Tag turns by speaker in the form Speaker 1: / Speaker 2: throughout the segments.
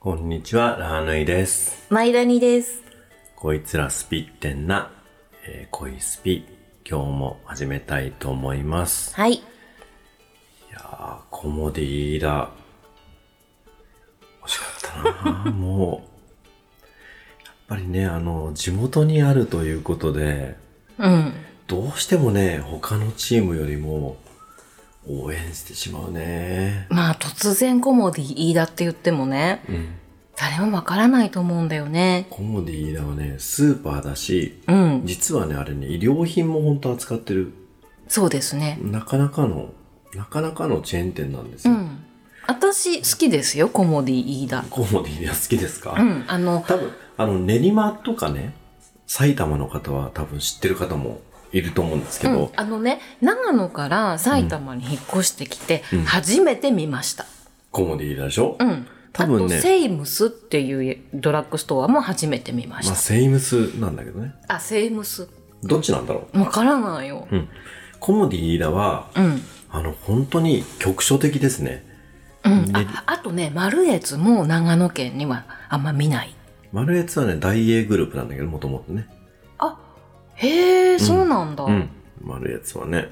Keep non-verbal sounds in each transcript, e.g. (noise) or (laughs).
Speaker 1: こんにちは、ラーヌイです。
Speaker 2: マイラニです。
Speaker 1: こいつらスピってんな、えー、恋スピ、今日も始めたいと思います。
Speaker 2: はい。
Speaker 1: あーコモディだ。惜しかったな
Speaker 2: (laughs)
Speaker 1: もう。やっぱりね、あの、地元にあるということで、
Speaker 2: うん。
Speaker 1: どうしてもね、他のチームよりも応援してしまうね。
Speaker 2: まあ突然コモディ飯田って言ってもね、
Speaker 1: うん。
Speaker 2: 誰もわからないと思うんだよね。
Speaker 1: コモディだはね、スーパーだし、
Speaker 2: うん。
Speaker 1: 実はね、あれね、衣料品も本当扱ってる
Speaker 2: そうですね。
Speaker 1: なかなかの、なかなかのチェーン店なんです
Speaker 2: う
Speaker 1: よ。
Speaker 2: ん。私好きですよ、コモディ飯田。
Speaker 1: コモディで好きですか、
Speaker 2: うん。あの、
Speaker 1: 多分、あの、練馬とかね、埼玉の方は多分知ってる方もいると思うんですけ
Speaker 2: う
Speaker 1: ど、
Speaker 2: ん、あのね、長野から埼玉に引っ越してきて
Speaker 1: うん、
Speaker 2: 初めて見ました。
Speaker 1: コモディでしょ、
Speaker 2: うん。
Speaker 1: 多分ね
Speaker 2: あと、セイムスっていうドラッグストアも初めて見まし
Speaker 1: まあ、
Speaker 2: た。
Speaker 1: セイムスなんだけどね。
Speaker 2: あ、セイムス。
Speaker 1: どっちなんだろ
Speaker 2: わからないよ。
Speaker 1: う、うん、コモディだは、
Speaker 2: うん。
Speaker 1: あの、本当に局所的ですね。
Speaker 2: うん、
Speaker 1: ね
Speaker 2: ああとね、マルエツも長野県にはあんま見ない。
Speaker 1: マルエツはね、大英グループなんだけど、もともとね。
Speaker 2: あ、へえ、そうなんだ。
Speaker 1: うん。マルエツはね。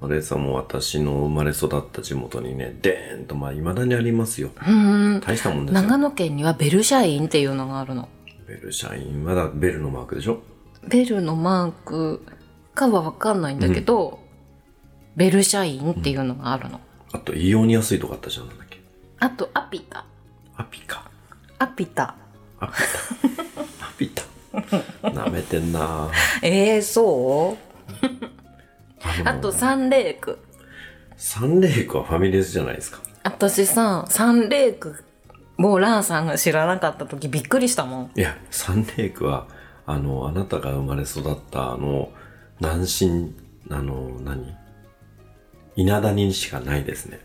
Speaker 1: マルエツはもう私の生まれ育った地元にね、でーんと、まあ、未だにありますよ。
Speaker 2: うん
Speaker 1: 大したもんですよ。
Speaker 2: 長野県にはベルシャインっていうのがあるの。
Speaker 1: ベル社員はだベルのマークでしょ
Speaker 2: ベルのマークかはわかんないんだけど、ベルシャインっていうのがあるの。
Speaker 1: あとイオニア水とかあったじゃんなんだっけ
Speaker 2: あと、アピタ。
Speaker 1: アピか
Speaker 2: アピタ。
Speaker 1: アピ
Speaker 2: (laughs)
Speaker 1: タアピタなめてんな
Speaker 2: ええそう
Speaker 1: あの
Speaker 2: あと、サンレイク。
Speaker 1: サンレイクはファミレスじゃないですか
Speaker 2: 私さ、サンレイクをランさんが知らなかった時びっくりしたもん。
Speaker 1: いやサンレイクはあのあなたが生まれ育ったあの南進あの何稲谷にしかないですね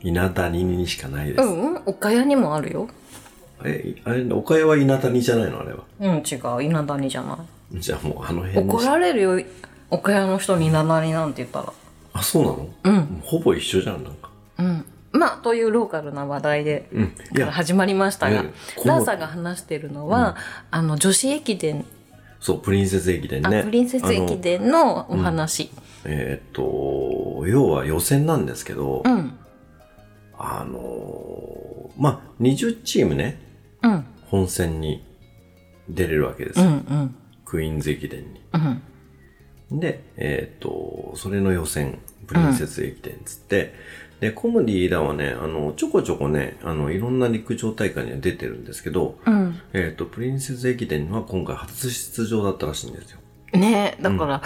Speaker 1: 稲谷にしかないです、
Speaker 2: うん、うん、岡谷にもあるよ。
Speaker 1: えあれ岡山は稲谷じゃないのあれは
Speaker 2: うん、違う、稲谷じゃな
Speaker 1: じゃあもうあの
Speaker 2: い。
Speaker 1: 辺に
Speaker 2: 怒
Speaker 1: し
Speaker 2: られるよ、岡谷の人に稲谷なんて言ったら。
Speaker 1: あそうなの、
Speaker 2: うん、
Speaker 1: ほぼ一緒じゃんなんか
Speaker 2: うん。まあ、というローカルな話題で、
Speaker 1: うんい
Speaker 2: から
Speaker 1: や
Speaker 2: 始まりましたが
Speaker 1: ね、この
Speaker 2: ラーさんが話してるのは、あの、女子駅伝、
Speaker 1: そう、プリンセス駅伝
Speaker 2: あ、
Speaker 1: ね。
Speaker 2: プリンセス駅
Speaker 1: あの。
Speaker 2: 伝のお話。
Speaker 1: えーっと、要は予選なんですけど、
Speaker 2: うん、
Speaker 1: あのーまあ、20チームね、
Speaker 2: うん、
Speaker 1: 本戦に出れるわけです
Speaker 2: う
Speaker 1: よ。
Speaker 2: ん、うん、
Speaker 1: クイーンズ駅伝に。
Speaker 2: うん、
Speaker 1: で、えーっと、それの予選、プリンセス駅伝つって、で、コムディーダーはね、あの、ちょこちょこね、あの、いろんな陸上大会には出てるんですけど、
Speaker 2: うん。
Speaker 1: えーっと、プリンセス駅伝は今回初出場だったらしいんですよ。
Speaker 2: ねだから、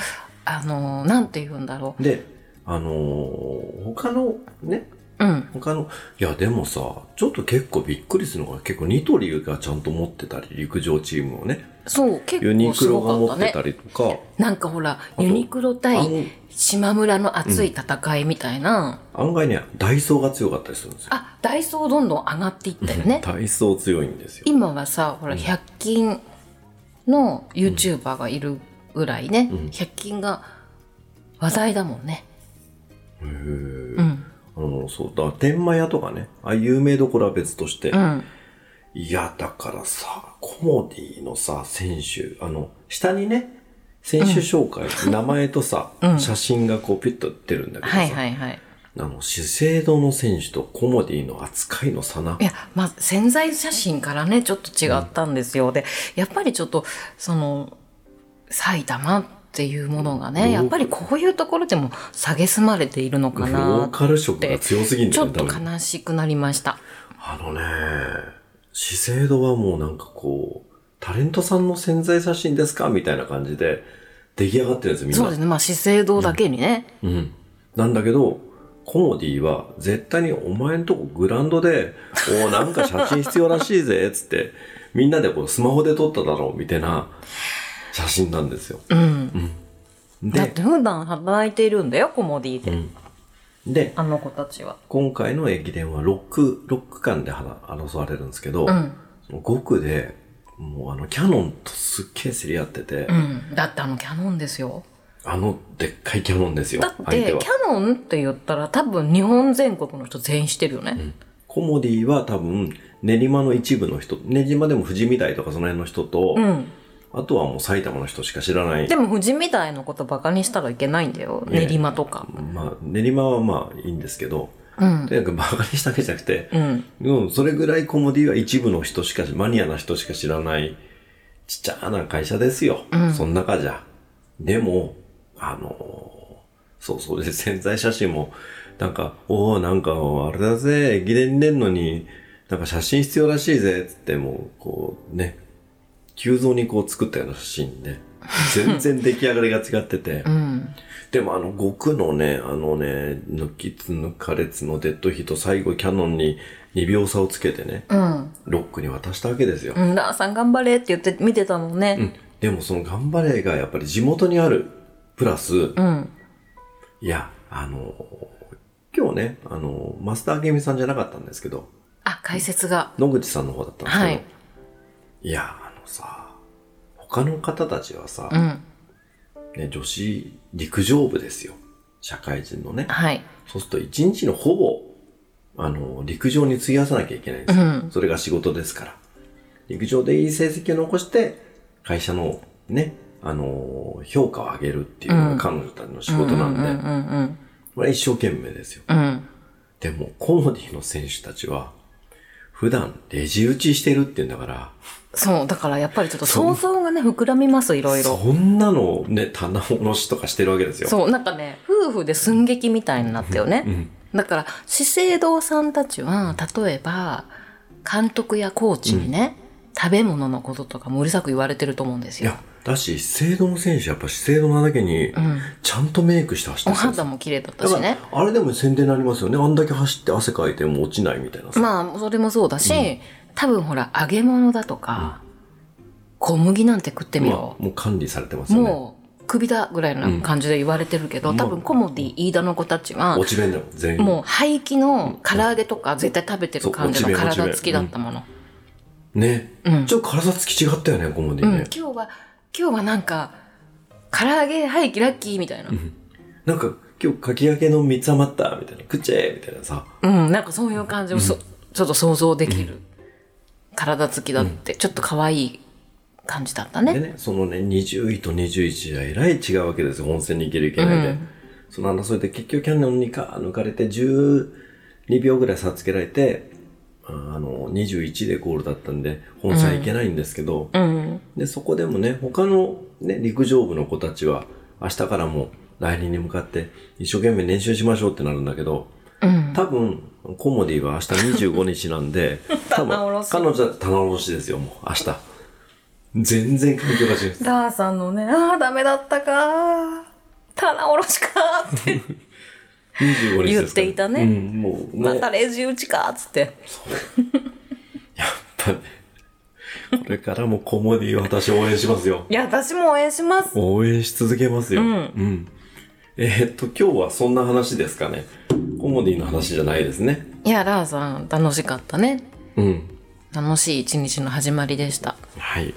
Speaker 2: あの、なんて言うんだろ
Speaker 1: で、あのー他のね、
Speaker 2: う。うん、
Speaker 1: 他の、いやでもさ、ちょっと結構びっくりするのが結構ニトリがちゃんと持ってたり、陸上チームをね、
Speaker 2: そう、結
Speaker 1: ユニ
Speaker 2: 構
Speaker 1: ク
Speaker 2: す
Speaker 1: ロが
Speaker 2: ご
Speaker 1: 持
Speaker 2: か
Speaker 1: っ
Speaker 2: ってた
Speaker 1: た
Speaker 2: ね。
Speaker 1: りとか、
Speaker 2: なんかほら、
Speaker 1: と
Speaker 2: ユニクロ対
Speaker 1: 案
Speaker 2: 島村の熱い戦いみたいな、
Speaker 1: 案外ね、ダイソーが強かったりするんですよ。
Speaker 2: あダイソーどんどん上がっていったよね
Speaker 1: ダイソー強いんですよ。
Speaker 2: 今はさほら100均の YouTuber がいるぐらいね、
Speaker 1: うん
Speaker 2: 100均が話題だもんね
Speaker 1: へー
Speaker 2: うん
Speaker 1: あの、そう、だから天満屋とかね、ああいう有名どころは別として、
Speaker 2: うん
Speaker 1: いや、だからさ、コモディのさ、選手、あの、下にね、選手紹介、名前とさ、
Speaker 2: うん
Speaker 1: 写真がこうピュッと出るんだけどさ、
Speaker 2: はいはいはい
Speaker 1: あの、資生堂の選手とコモディの扱いの差な。
Speaker 2: いやまあ潜在写真からねちょっと違ったんですよ、でやっぱりちょっとその埼玉っていうものが
Speaker 1: うん
Speaker 2: ねやっぱりこういうところでも蔑まれているのか
Speaker 1: ロー
Speaker 2: な
Speaker 1: カル色が強すぎんだ
Speaker 2: ちょ
Speaker 1: よ
Speaker 2: っ
Speaker 1: ね、
Speaker 2: と
Speaker 1: 多分
Speaker 2: 悲しくなりました
Speaker 1: あのね、資生堂はもうなんかこう、タレントさんの潜在写真ですかみたいな感じで、出来上がってるんですよ、みんな。
Speaker 2: そうですねまあ資生堂だけにね、
Speaker 1: うん。なんだけど、コモディは絶対にお前んとこグラウンドで、おーなんか写真必要らしいぜ、つって、みんなでこうスマホで撮っただろう、みたいな写真なんですよ。
Speaker 2: うんだっ
Speaker 1: で、
Speaker 2: て普段働いているんだよコモディで、
Speaker 1: うん。で、
Speaker 2: あの子たちは
Speaker 1: 今回の駅伝は6区、6区間で争われるんですけど、
Speaker 2: うん
Speaker 1: 5区で、もうあの、キャノンとすっげえ競り合ってて、
Speaker 2: うんだってあのキャノンですよ
Speaker 1: あの、でっかいキャノンですよ、
Speaker 2: だっ
Speaker 1: 相手
Speaker 2: て
Speaker 1: は
Speaker 2: キ。ャノンって言ったら多分日本全国の人全員してるよね
Speaker 1: コモディは多分、練馬の一部の人練馬でも富士見台とかその辺の人と、
Speaker 2: うん。
Speaker 1: あとはもう埼玉の人しか知らない
Speaker 2: でも、富士みたいのことバカにしたらいけないんだよ。
Speaker 1: ね
Speaker 2: 練馬とか。
Speaker 1: まあ、練馬はまあいいんですけど、
Speaker 2: うん
Speaker 1: と。にかくバカにしたわけじゃなくて、
Speaker 2: うん。
Speaker 1: うん、それぐらいコモディは一部の人しか、マニアな人しか知らない、ちっちゃな会社ですよ。その中じゃ。でも、あのーそうそうで、潜在写真も、なんか、おおなんか、あれだぜ、駅伝に出んのに、なんか写真必要らしいぜ、つって、もう、こう、ね、急増にこう作ったような写真で、全然出来上がりが違ってて、
Speaker 2: うん。
Speaker 1: でもあの5区のね、あのね、抜きつ抜かれつのデッドヒート最後キャノンに2秒差をつけてね、
Speaker 2: うん。
Speaker 1: ロックに渡したわけですよ。
Speaker 2: うん。ラーさん頑張れって言って見てたもん
Speaker 1: う
Speaker 2: ね。
Speaker 1: ん。でもその頑張れがやっぱり地元にある、プラス、
Speaker 2: うん。
Speaker 1: いや、あの、今日ね、あの、マスターゲミさんじゃなかったんですけど、
Speaker 2: あ、解説が。
Speaker 1: 野口さんの方だったんですけど、
Speaker 2: はいい、
Speaker 1: や、あのさ、他の方たちはさ、
Speaker 2: うん。
Speaker 1: ね、女子陸上部ですよ。社会人のね。
Speaker 2: はい。
Speaker 1: そうすると一日のほぼ、あの、陸上に費やさなきゃいけないんで
Speaker 2: う
Speaker 1: すよ。
Speaker 2: ん。
Speaker 1: それが仕事ですから。陸上でいい成績を残して、会社のね、あの、評価を上げるっていうのが
Speaker 2: うん
Speaker 1: 彼女たちの仕事なんで、
Speaker 2: うんうんうん
Speaker 1: これは一生懸命ですよ。
Speaker 2: うん。うん。
Speaker 1: でも、コモディの選手たちは、普段レジ打ちしてるって言うんだから、
Speaker 2: そう、だからやっぱりちょっと想像がね、膨らみます、いろいろ。
Speaker 1: そんなのをね、棚卸しとかしてるわけですよ。
Speaker 2: そう、なんかね、夫婦で寸劇みたいになったよね。
Speaker 1: うん。
Speaker 2: だから資生堂さんたちは例えば監督やコーチにね、食べ物のこととかもうるさく言われてると思うんです
Speaker 1: い
Speaker 2: よ。
Speaker 1: や、だし、資生堂の選手、やっぱ資生堂なだけに
Speaker 2: う、ん、
Speaker 1: ちゃんとメイクして走ってる
Speaker 2: お
Speaker 1: んですよ
Speaker 2: 肌も綺麗だった
Speaker 1: だ
Speaker 2: し
Speaker 1: か
Speaker 2: ね
Speaker 1: ら、あれでも宣伝になりますよね。あんだけ走って汗かいても落ちないみたいなさ。
Speaker 2: まあそれもそうだし、多分ほら揚げ物だとか、小麦なんて食ってみ
Speaker 1: まあ
Speaker 2: ろ、
Speaker 1: もう管理されてますよね。
Speaker 2: もう首だぐらいの感じで言われてるけど、
Speaker 1: うん
Speaker 2: 多分コモディ飯田の子たちは
Speaker 1: 落ち弁だもん、全員。
Speaker 2: もう廃棄の唐揚げとか絶対食べてる感じ
Speaker 1: そう
Speaker 2: の
Speaker 1: 落ち麺落ち麺
Speaker 2: 体つきだったもの。
Speaker 1: ね。
Speaker 2: うん
Speaker 1: ちょっと体つき違ったよね、コモデ
Speaker 2: う
Speaker 1: ィ
Speaker 2: ん、今
Speaker 1: ね。
Speaker 2: 日は今日はなんか唐揚げ廃棄ラッキーみたいな、うん
Speaker 1: なんか、今日かき揚げの三つ余った、みたいな。食っちゃえ、みたいなさ。
Speaker 2: なんかそういう感じをそ、ちょっと想像できる、体つきだってちょっと可愛い感じだったね
Speaker 1: でね、そのね、20位と21位はえらい違うわけですよ。本戦に行ける行けないで。
Speaker 2: うん
Speaker 1: その争いで結局キャノンにか抜かれて12秒ぐらい差つけられて、ああの、21でゴールだったんで、本戦行けないんですけど、
Speaker 2: うん
Speaker 1: で、そこでもね、他のね、陸上部の子たちは、明日からも来年に向かって一生懸命練習しましょうってなるんだけど、
Speaker 2: うん
Speaker 1: 多分、コモディは明日25日なんで、多分、
Speaker 2: (laughs) 棚卸し
Speaker 1: 彼女は棚卸しですよ、もう、明日。全然環境が違う。
Speaker 2: ダーさんのね「ああダメだったかー棚卸しか」って
Speaker 1: 25日ですから
Speaker 2: 言っていたね
Speaker 1: うん、もう、
Speaker 2: ま
Speaker 1: ね、
Speaker 2: たレジ打ちかーっつって
Speaker 1: やっぱね、これからもコモディは私応援しますよ。
Speaker 2: いや私も応援します
Speaker 1: 応援し続けますよ。
Speaker 2: うん
Speaker 1: んえーっと、今日はそんな話ですかね。コモディの話じゃないですね。
Speaker 2: いやラーさん楽しかったね
Speaker 1: うん。
Speaker 2: 楽しい一日の始まりでした
Speaker 1: はい。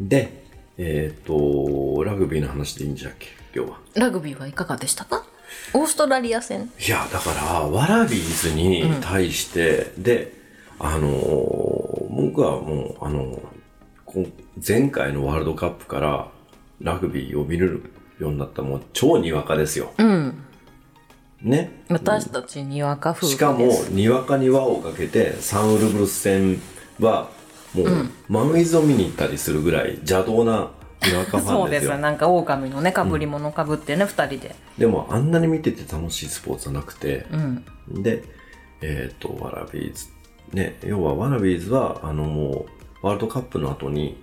Speaker 1: で、えっ、と、ラグビーの話でいいんじゃっけ、今日は。
Speaker 2: ラグビーはいかがでしたかオーストラリア戦
Speaker 1: いや、だから、ワラビーズに対して、で、あのー僕はもう、あのーこ前回のワールドカップからラグビーを見れるようになった、もう超にわかですよ。
Speaker 2: うん
Speaker 1: ね。
Speaker 2: 私たちにわか夫婦です
Speaker 1: しかも、にわかに輪をかけて、サンウルブルス戦は、もう、マンウィズを見に行ったりするぐらい邪道なにわかファ
Speaker 2: そ
Speaker 1: ン
Speaker 2: う
Speaker 1: で
Speaker 2: ですす
Speaker 1: よ
Speaker 2: よ。なんか狼のねかぶり物かぶってね、二人で
Speaker 1: でもあんなに見てて楽しいスポーツはなくて、
Speaker 2: うん
Speaker 1: で、えっ、と、ワラビーズ。ね、要はワラビーズは、あのもう、ワールドカップの後に、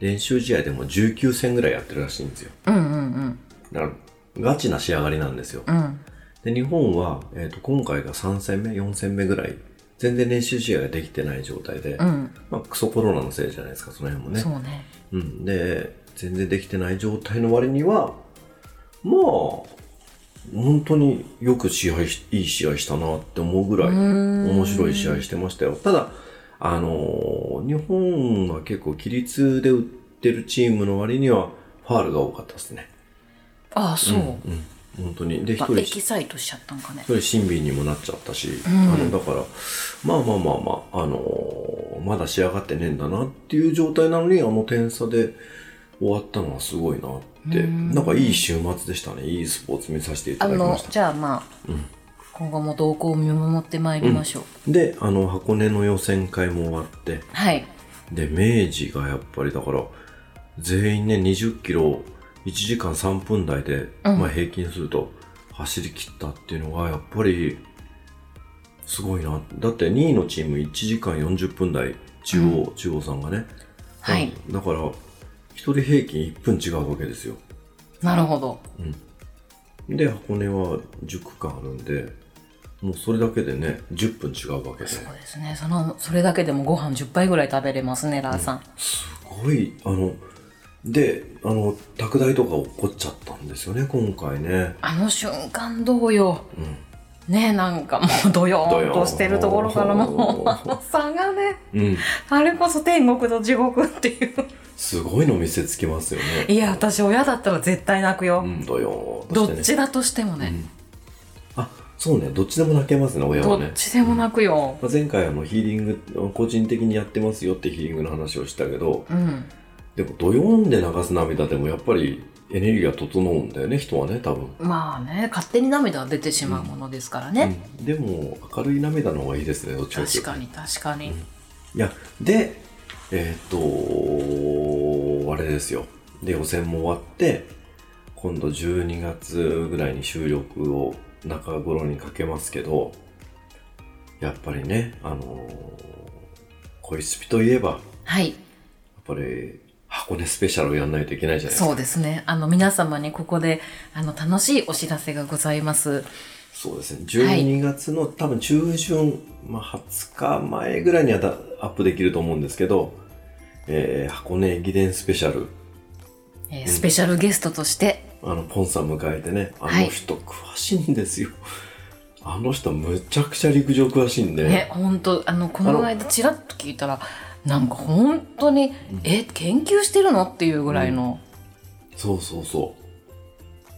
Speaker 1: 練習試合でも19戦ぐらいやってるらしいんですよ。
Speaker 2: うんうん
Speaker 1: だから、ガチな仕上がりなんですよ。
Speaker 2: うんうん
Speaker 1: で、日本は、えっ、と、今回が3戦目、4戦目ぐらい、全然練習試合ができてない状態で、
Speaker 2: うん、
Speaker 1: まあ、クソコロナのせいじゃないですか、その辺もね
Speaker 2: そ。うね
Speaker 1: うん、で全然できてない状態の割にはまあ本当によく試合しいい試合したなって思うぐらい面白い試合してましたよただあのー日本は結構規律で打ってるチームの割にはファールが多かったですね
Speaker 2: ああそう、
Speaker 1: うん本当にで一
Speaker 2: まあ、エ
Speaker 1: 人
Speaker 2: キサイトしちゃったんかね
Speaker 1: それ親身にもなっちゃったし、
Speaker 2: ん
Speaker 1: あのだからまあまあまあまあ、あのーまだ仕上がってねえんだなっていう状態なのにあの点差で終わったのはすごいなって、
Speaker 2: うん
Speaker 1: なんかいい週末でしたねいいスポーツ見させてい
Speaker 2: あ
Speaker 1: ただきま
Speaker 2: の
Speaker 1: した
Speaker 2: じゃあまあ、今後も動向を見守ってまいりましょう、
Speaker 1: であの箱根の予選会も終わって
Speaker 2: はい
Speaker 1: で明治がやっぱりだから全員ね2 0キロ1時間3分台で、
Speaker 2: うん
Speaker 1: まあ、平均すると走り切ったっていうのがやっぱりすごいなだって2位のチーム1時間40分台中央、中央さんがね、
Speaker 2: はい
Speaker 1: うんだから1人平均1分違うわけですよ
Speaker 2: なるほど
Speaker 1: で箱根は10区間あるんでもうそれだけでね10分違うわけで
Speaker 2: そうですねそのそれだけでもご飯10杯ぐらい食べれますねラーさん、
Speaker 1: すごいあのであの拓大とか起こっちゃったんですよね今回ね
Speaker 2: あの瞬間どうよ、
Speaker 1: うん
Speaker 2: ねえなんかもうドヨ
Speaker 1: ドヨ
Speaker 2: ー
Speaker 1: ー
Speaker 2: ン
Speaker 1: ン
Speaker 2: としてるところからもうあの (laughs) 差がね
Speaker 1: うん
Speaker 2: あれこそ天国と地獄っていう
Speaker 1: すごいの見せつけますよね
Speaker 2: いや私親だったら絶対泣くよ、
Speaker 1: うんどよーんとし
Speaker 2: ど
Speaker 1: て
Speaker 2: っ
Speaker 1: ね
Speaker 2: ちだとしてもね、
Speaker 1: あそうねどっちでも泣けますね親は
Speaker 2: どっ
Speaker 1: ね
Speaker 2: ちでも泣くよ、
Speaker 1: まあ前回あのヒーリング個人的にやってますよってヒーリングの話をしたけど
Speaker 2: うん
Speaker 1: でもドヨーンで流す涙でもやっぱりエネルギーが整うんだよね人はね多分、
Speaker 2: まあね勝手に涙は出てしまうものですからね、
Speaker 1: うんでも明るい涙の方がいいですねどっちかとい
Speaker 2: 確
Speaker 1: うと
Speaker 2: かに確かに、
Speaker 1: いや、で、えーっと、あれですよ。で、予選も終わって、今度12月ぐらいに収録を中頃にかけますけど、やっぱりね、あのー恋スピといえば、やっ
Speaker 2: はい
Speaker 1: ぱり箱根スペシャルをやんないといけないじゃないですか。
Speaker 2: そうですねあの皆様にここであの楽しいお知らせがございます
Speaker 1: そうですね。
Speaker 2: はい
Speaker 1: 12月の、多分中旬、まあ、20日前ぐらいにはだアップできると思うんですけど、えー箱根駅伝スペシャル、
Speaker 2: えースペシャルゲストとして、
Speaker 1: あの、ポンさん迎えてね、あ
Speaker 2: はい
Speaker 1: の人詳しいんですよ。あの人むちゃくちゃ陸上詳しいんで、
Speaker 2: ね本当あのこの間ちらっと聞いたらなんか本当に、え研究してるのっていうぐらいの、
Speaker 1: そうそうそ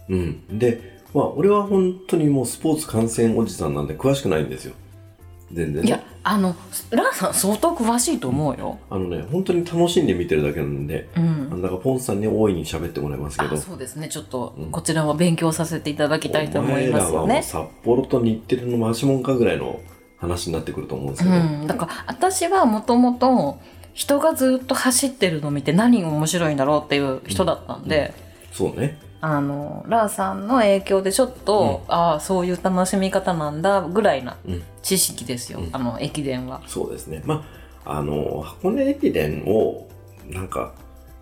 Speaker 1: う。うん。で、まあ、俺は本当にもうスポーツ観戦おじさんなんで詳しくないんですよ。全然
Speaker 2: い
Speaker 1: ね
Speaker 2: や。あのランさん相当詳しいと思うよ、
Speaker 1: あのね、本当に楽しんで見てるだけなんで、
Speaker 2: うん
Speaker 1: あのだからポンさんに大いに喋ってもらいますけ
Speaker 2: あ
Speaker 1: ど、
Speaker 2: そうですねちょっとこちらは勉強させていただきたいと
Speaker 1: お
Speaker 2: 思い
Speaker 1: 前
Speaker 2: ま
Speaker 1: ら
Speaker 2: す
Speaker 1: は
Speaker 2: よ
Speaker 1: もう
Speaker 2: ね
Speaker 1: 札幌と日テレの回しもんかぐらいの話になってくると思うんですけど、
Speaker 2: うん、だから私はもともと人がずっと走ってるの見て何が面白いんだろうっていう人だったんで、
Speaker 1: そうね。
Speaker 2: あのラーさんの影響でちょっと、ああそういう楽しみ方なんだぐらいな
Speaker 1: うん
Speaker 2: 知識ですよ、あの駅伝は。
Speaker 1: そうですね。まあ、あの、箱根駅伝を、なんか、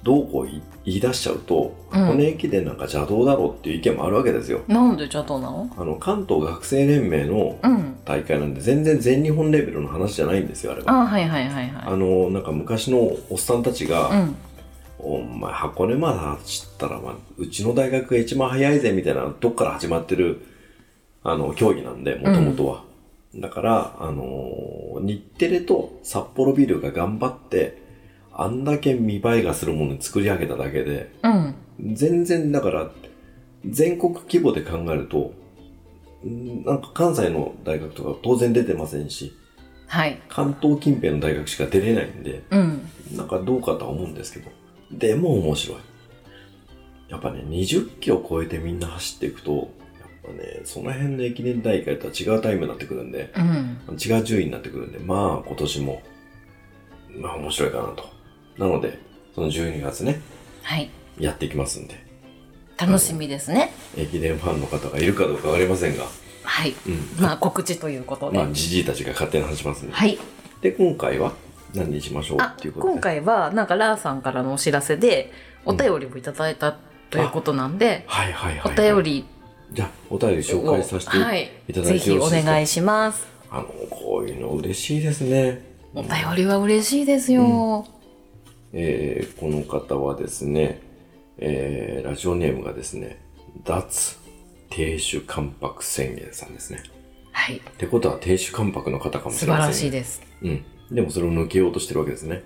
Speaker 1: どうこう言い言い出しちゃうと、
Speaker 2: うん
Speaker 1: 箱根駅伝なんか邪道だろっていう意見もあるわけですよ。
Speaker 2: なんで邪道なの
Speaker 1: あの、関東学生連盟の
Speaker 2: うん
Speaker 1: 大会なんで、全然全日本レベルの話じゃないんですよ、あれ
Speaker 2: あ
Speaker 1: は。
Speaker 2: あはいはいはいは
Speaker 1: あの、なんか昔のおっさんたちが、
Speaker 2: い。うん、
Speaker 1: お前、箱根まで走ったら、まあ、うちの大学が一番早いぜ、みたいな、どっから始まってる、あの、競技なんで、もともとは。だから、あのー日テレと札幌ビールが頑張って、あんだけ見栄えがするものを作り上げただけで、
Speaker 2: うん、
Speaker 1: 全然、だから、全国規模で考えると、んなんか関西の大学とか当然出てませんし、
Speaker 2: はい、
Speaker 1: 関東近辺の大学しか出れないんで、
Speaker 2: うん、
Speaker 1: なんかどうかとは思うんですけど、でも面白い。やっぱね、20キロ超えてみんな走っていくと、やっぱね、その辺の駅伝大会とは違うタイムになってくるんで、
Speaker 2: うん、
Speaker 1: 違う順位になってくるんで、まあ今年も、まあ面白いかなと。なので、その12月ね、
Speaker 2: はい、
Speaker 1: やっていきますんで、
Speaker 2: 楽しみですね。
Speaker 1: 駅伝ファンの方がいるかどうかわかりませんが、
Speaker 2: はい、
Speaker 1: うん。
Speaker 2: まあ告知ということで。
Speaker 1: まあ、じじいたちが勝手に話しますんで。
Speaker 2: はい。
Speaker 1: で、今回は何にしましょう
Speaker 2: あ
Speaker 1: っていうことで。
Speaker 2: 今回はなんかラーさんからのお知らせでお便りをいただいたということなんで、
Speaker 1: はいはいはい、はい。
Speaker 2: お便り
Speaker 1: じゃあ、お便り
Speaker 2: を
Speaker 1: 紹介させていただいて
Speaker 2: は
Speaker 1: よ
Speaker 2: い、
Speaker 1: ろしいで
Speaker 2: ぜひ
Speaker 1: す
Speaker 2: お
Speaker 1: か、
Speaker 2: 願いします
Speaker 1: あの、こういうの嬉しいですね。
Speaker 2: お便りは嬉しいですよ、
Speaker 1: えーこの方はですね、えーラジオネームがですね、脱亭主関白宣言さんですね。
Speaker 2: はい
Speaker 1: ってことは亭主関白の方かもし
Speaker 2: 素晴
Speaker 1: れま
Speaker 2: ら
Speaker 1: せ
Speaker 2: し
Speaker 1: ん
Speaker 2: い
Speaker 1: ね。
Speaker 2: です
Speaker 1: うん。でもそれを抜けようとしてるわけですね。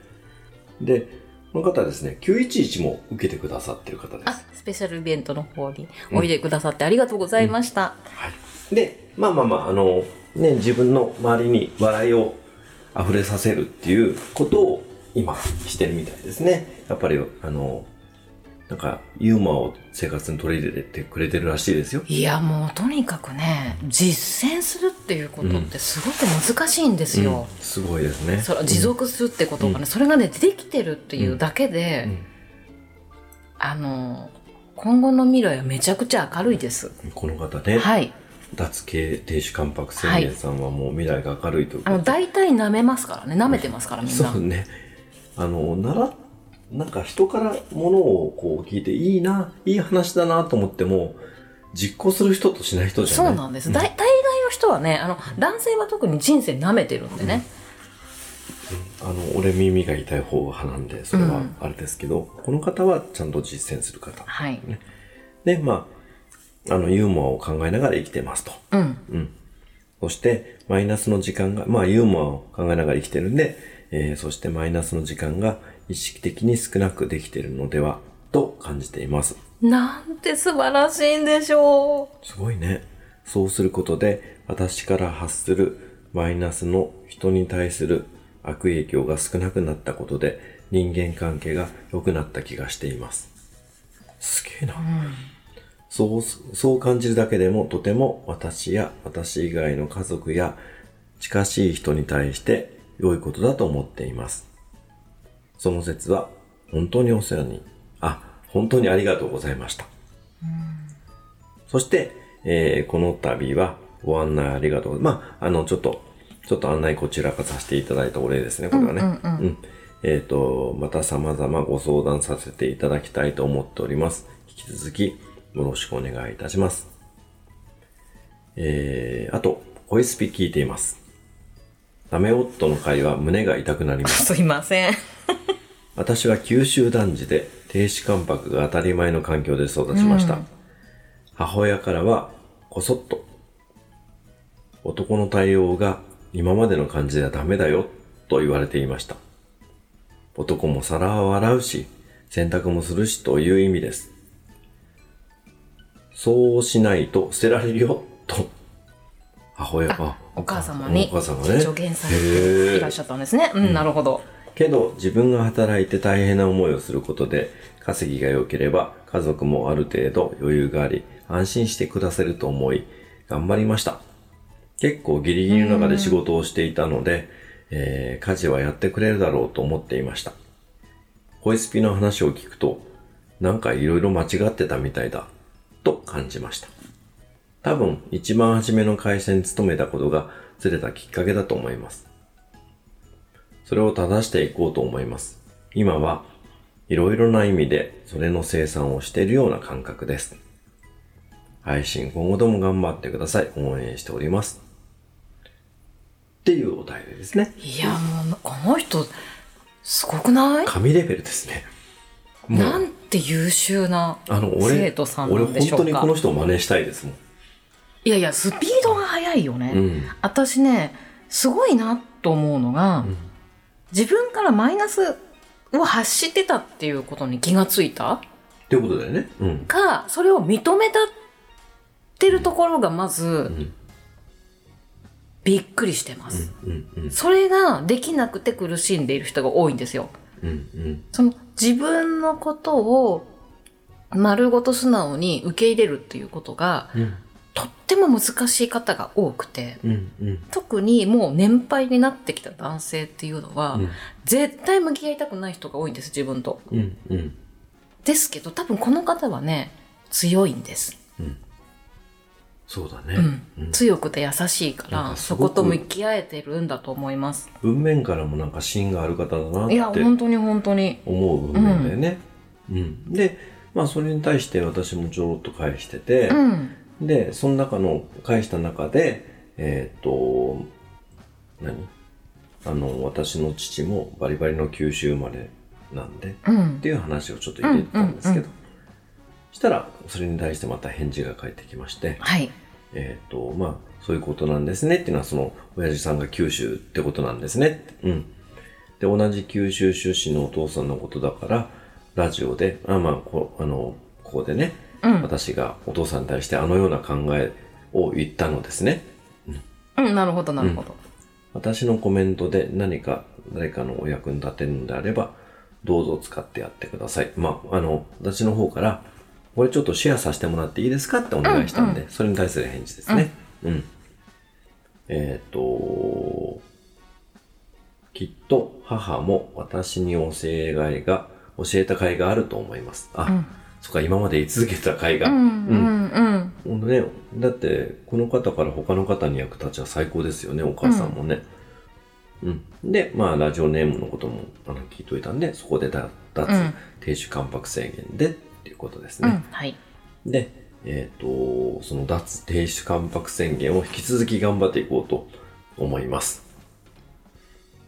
Speaker 1: で、この方はですね、911も受けてくださってる方で
Speaker 2: あ
Speaker 1: す。
Speaker 2: スペシャルイベントの方においでくださってありがとうございました、
Speaker 1: はい。で、まあまあまあ、あの、ね、自分の周りに笑いを溢れさせるっていうことを今してるみたいですね。やっぱり、あの、なんか、ユーモアを生活に取り入れてくれてるらしいですよ。
Speaker 2: いやもうとにかくね実践するっていうことってすごく難しいんですよ、
Speaker 1: うんすごいですね。
Speaker 2: それ持続するってことがね、それがねできてるっていうだけで、
Speaker 1: うん
Speaker 2: あの今後の未来はめちゃくちゃ明るいです、
Speaker 1: うんこの方ね、
Speaker 2: はい
Speaker 1: 脱系亭主関白宣言さんはもう未来が明るいというこ
Speaker 2: あ
Speaker 1: と
Speaker 2: の大体舐めますからね舐めてますからみんな
Speaker 1: そうね。あの、なら、なんか人からものをこう聞いていいな、いい話だなと思っても、実行する人としない人じゃ
Speaker 2: そ
Speaker 1: な
Speaker 2: う
Speaker 1: い。
Speaker 2: なんです、大大概の人はねあの男性は特に人生舐めてるんでね、
Speaker 1: あの、俺耳が痛い方派なんで、それ
Speaker 2: う
Speaker 1: は
Speaker 2: ん
Speaker 1: あれですけど、この方はちゃんと実践する方。
Speaker 2: はい
Speaker 1: で、まあ、あの、ユーモアを考えながら生きてますと。
Speaker 2: うん
Speaker 1: そして、マイナスの時間が、まあ、ユーモアを考えながら生きてるんで、えーそしてマイナスの時間が意識的に少なくできているのでは、と感じています。
Speaker 2: なんて素晴らしいんでしょう
Speaker 1: すごいね。そうすることで、私から発するマイナスの人に対する悪影響が少なくなったことで、人間関係が良くなった気がしています。すげえな。そうす、そう感じるだけでも、とても私や私以外の家族や近しい人に対して良いことだと思っています。その説は、本当にお世話に、あ、本当にありがとうございました。そして、えーこの度はご案内ありがとう。まあ、あの、ちょっと、ちょっと案内こちら化させていただいたお礼ですね、これはね。うんえっ、と、また様々ご相談させていただきたいと思っております。引き続き、よろしくお願いいたします。えー、あと、声スピ聞いています。ダメ夫の会は胸が痛くなります。
Speaker 2: (laughs) すいません
Speaker 1: 私は九州男児で低子関白が当たり前の環境で育ちました、母親からはこそっと男の対応が今までの感じではダメだよと言われていました男も皿は洗うし洗濯もするしという意味ですそうしないと捨てられるよと母親
Speaker 2: あ
Speaker 1: あ
Speaker 2: お母様に
Speaker 1: お母様ね
Speaker 2: 助言され
Speaker 1: へ
Speaker 2: て
Speaker 1: え
Speaker 2: いらっしゃったんですね。うん、なるほど。
Speaker 1: けど自分が働いて大変な思いをすることで稼ぎが良ければ家族もある程度余裕があり安心して暮らせると思い頑張りました結構ギリギリの中で仕事をしていたので、えー家事はやってくれるだろうと思っていましたホイスピの話を聞くとなんかいろいろ間違ってたみたいだと感じました多分一番初めの会社に勤めたことがずれたきっかけだと思いますそれを正していこうと思います。今はいろいろな意味でそれの生産をしているような感覚です。配信今後とも頑張ってください。応援しております。っていうお便りですね。
Speaker 2: いや、もう、この人、すごくない
Speaker 1: 神レベルですね。も
Speaker 2: な
Speaker 1: う、
Speaker 2: んて優秀な
Speaker 1: あの、俺、
Speaker 2: 生徒さんなんでしょうか。
Speaker 1: 俺本当にこの人を真似したいですもん。
Speaker 2: いやいや、スピードが速いよね。
Speaker 1: うん。
Speaker 2: 私ね、すごいなと思うのが、自分からマイナスを発してたっていうことに気がついた
Speaker 1: っていうことだよね。うん。
Speaker 2: か、それを認めたってるところがまず、
Speaker 1: ん
Speaker 2: びっくりしてます。
Speaker 1: うん。うん。
Speaker 2: それができなくて苦しんでいる人が多いんですよ。
Speaker 1: うん。うん。
Speaker 2: その自分のことを丸ごと素直に受け入れるっていうことが
Speaker 1: うん。
Speaker 2: とっても難しい方が多くて、
Speaker 1: うん。うん。
Speaker 2: 特にもう年配になってきた男性っていうのは、
Speaker 1: うん
Speaker 2: 絶対向き合いたくない人が多いんです、自分と。
Speaker 1: うん。うん。
Speaker 2: ですけど、多分この方はね、強いんです。
Speaker 1: そうだね。
Speaker 2: うん
Speaker 1: うん
Speaker 2: 強くて優しいか
Speaker 1: なん
Speaker 2: ら、
Speaker 1: かす
Speaker 2: そ
Speaker 1: ご
Speaker 2: こ
Speaker 1: く
Speaker 2: と向き合えてるんだと思います。
Speaker 1: 文面からもなんか芯がある方だなっ
Speaker 2: いや、
Speaker 1: て
Speaker 2: 本当に本当に。
Speaker 1: 思う部分だよね。うんで、まあそれに対して私もちょろっと返してて
Speaker 2: う、ん。
Speaker 1: で、その中の、返した中で、えーっと、何あの、私の父もバリバリの九州生まれなんで、
Speaker 2: う
Speaker 1: っ
Speaker 2: ん。
Speaker 1: ていう話をちょっと入れてたんですけど、
Speaker 2: うんう
Speaker 1: したら、それに対してまた返事が返ってきまして、
Speaker 2: はい。
Speaker 1: えっ、と、まあ、そういうことなんですねっていうのは、その、親父さんが九州ってことなんですねって。うん。で、同じ九州出身のお父さんのことだから、ラジオで、あまあ、こあの、ここでね、
Speaker 2: うん、
Speaker 1: 私がお父さんに対してあのような考えを言ったのですね。
Speaker 2: うん、なるほどなるほど、
Speaker 1: 私のコメントで何か、誰かのお役に立てるのであれば、どうぞ使ってやってください。まあ、あの、私の方から、これちょっとシェアさせてもらっていいですかってお願いしたんで、
Speaker 2: う
Speaker 1: それに対する返事ですね。うん。えっ、と、きっと母も私に教えがいが、教えた甲斐があると思います。あ、
Speaker 2: うん
Speaker 1: そっか、今まで言い続けてた甲斐が。
Speaker 2: うんうんうん
Speaker 1: ほんとね、だってこの方から他の方に役立ちは最高ですよねお母さんもね、うんでまあラジオネームのこともあの聞いといたんでそこで脱脱
Speaker 2: うん
Speaker 1: 亭主関白制限でっていうことです
Speaker 2: うん
Speaker 1: ね、
Speaker 2: はい
Speaker 1: でえっ、とその脱亭主関白宣言を引き続き頑張っていこうと思います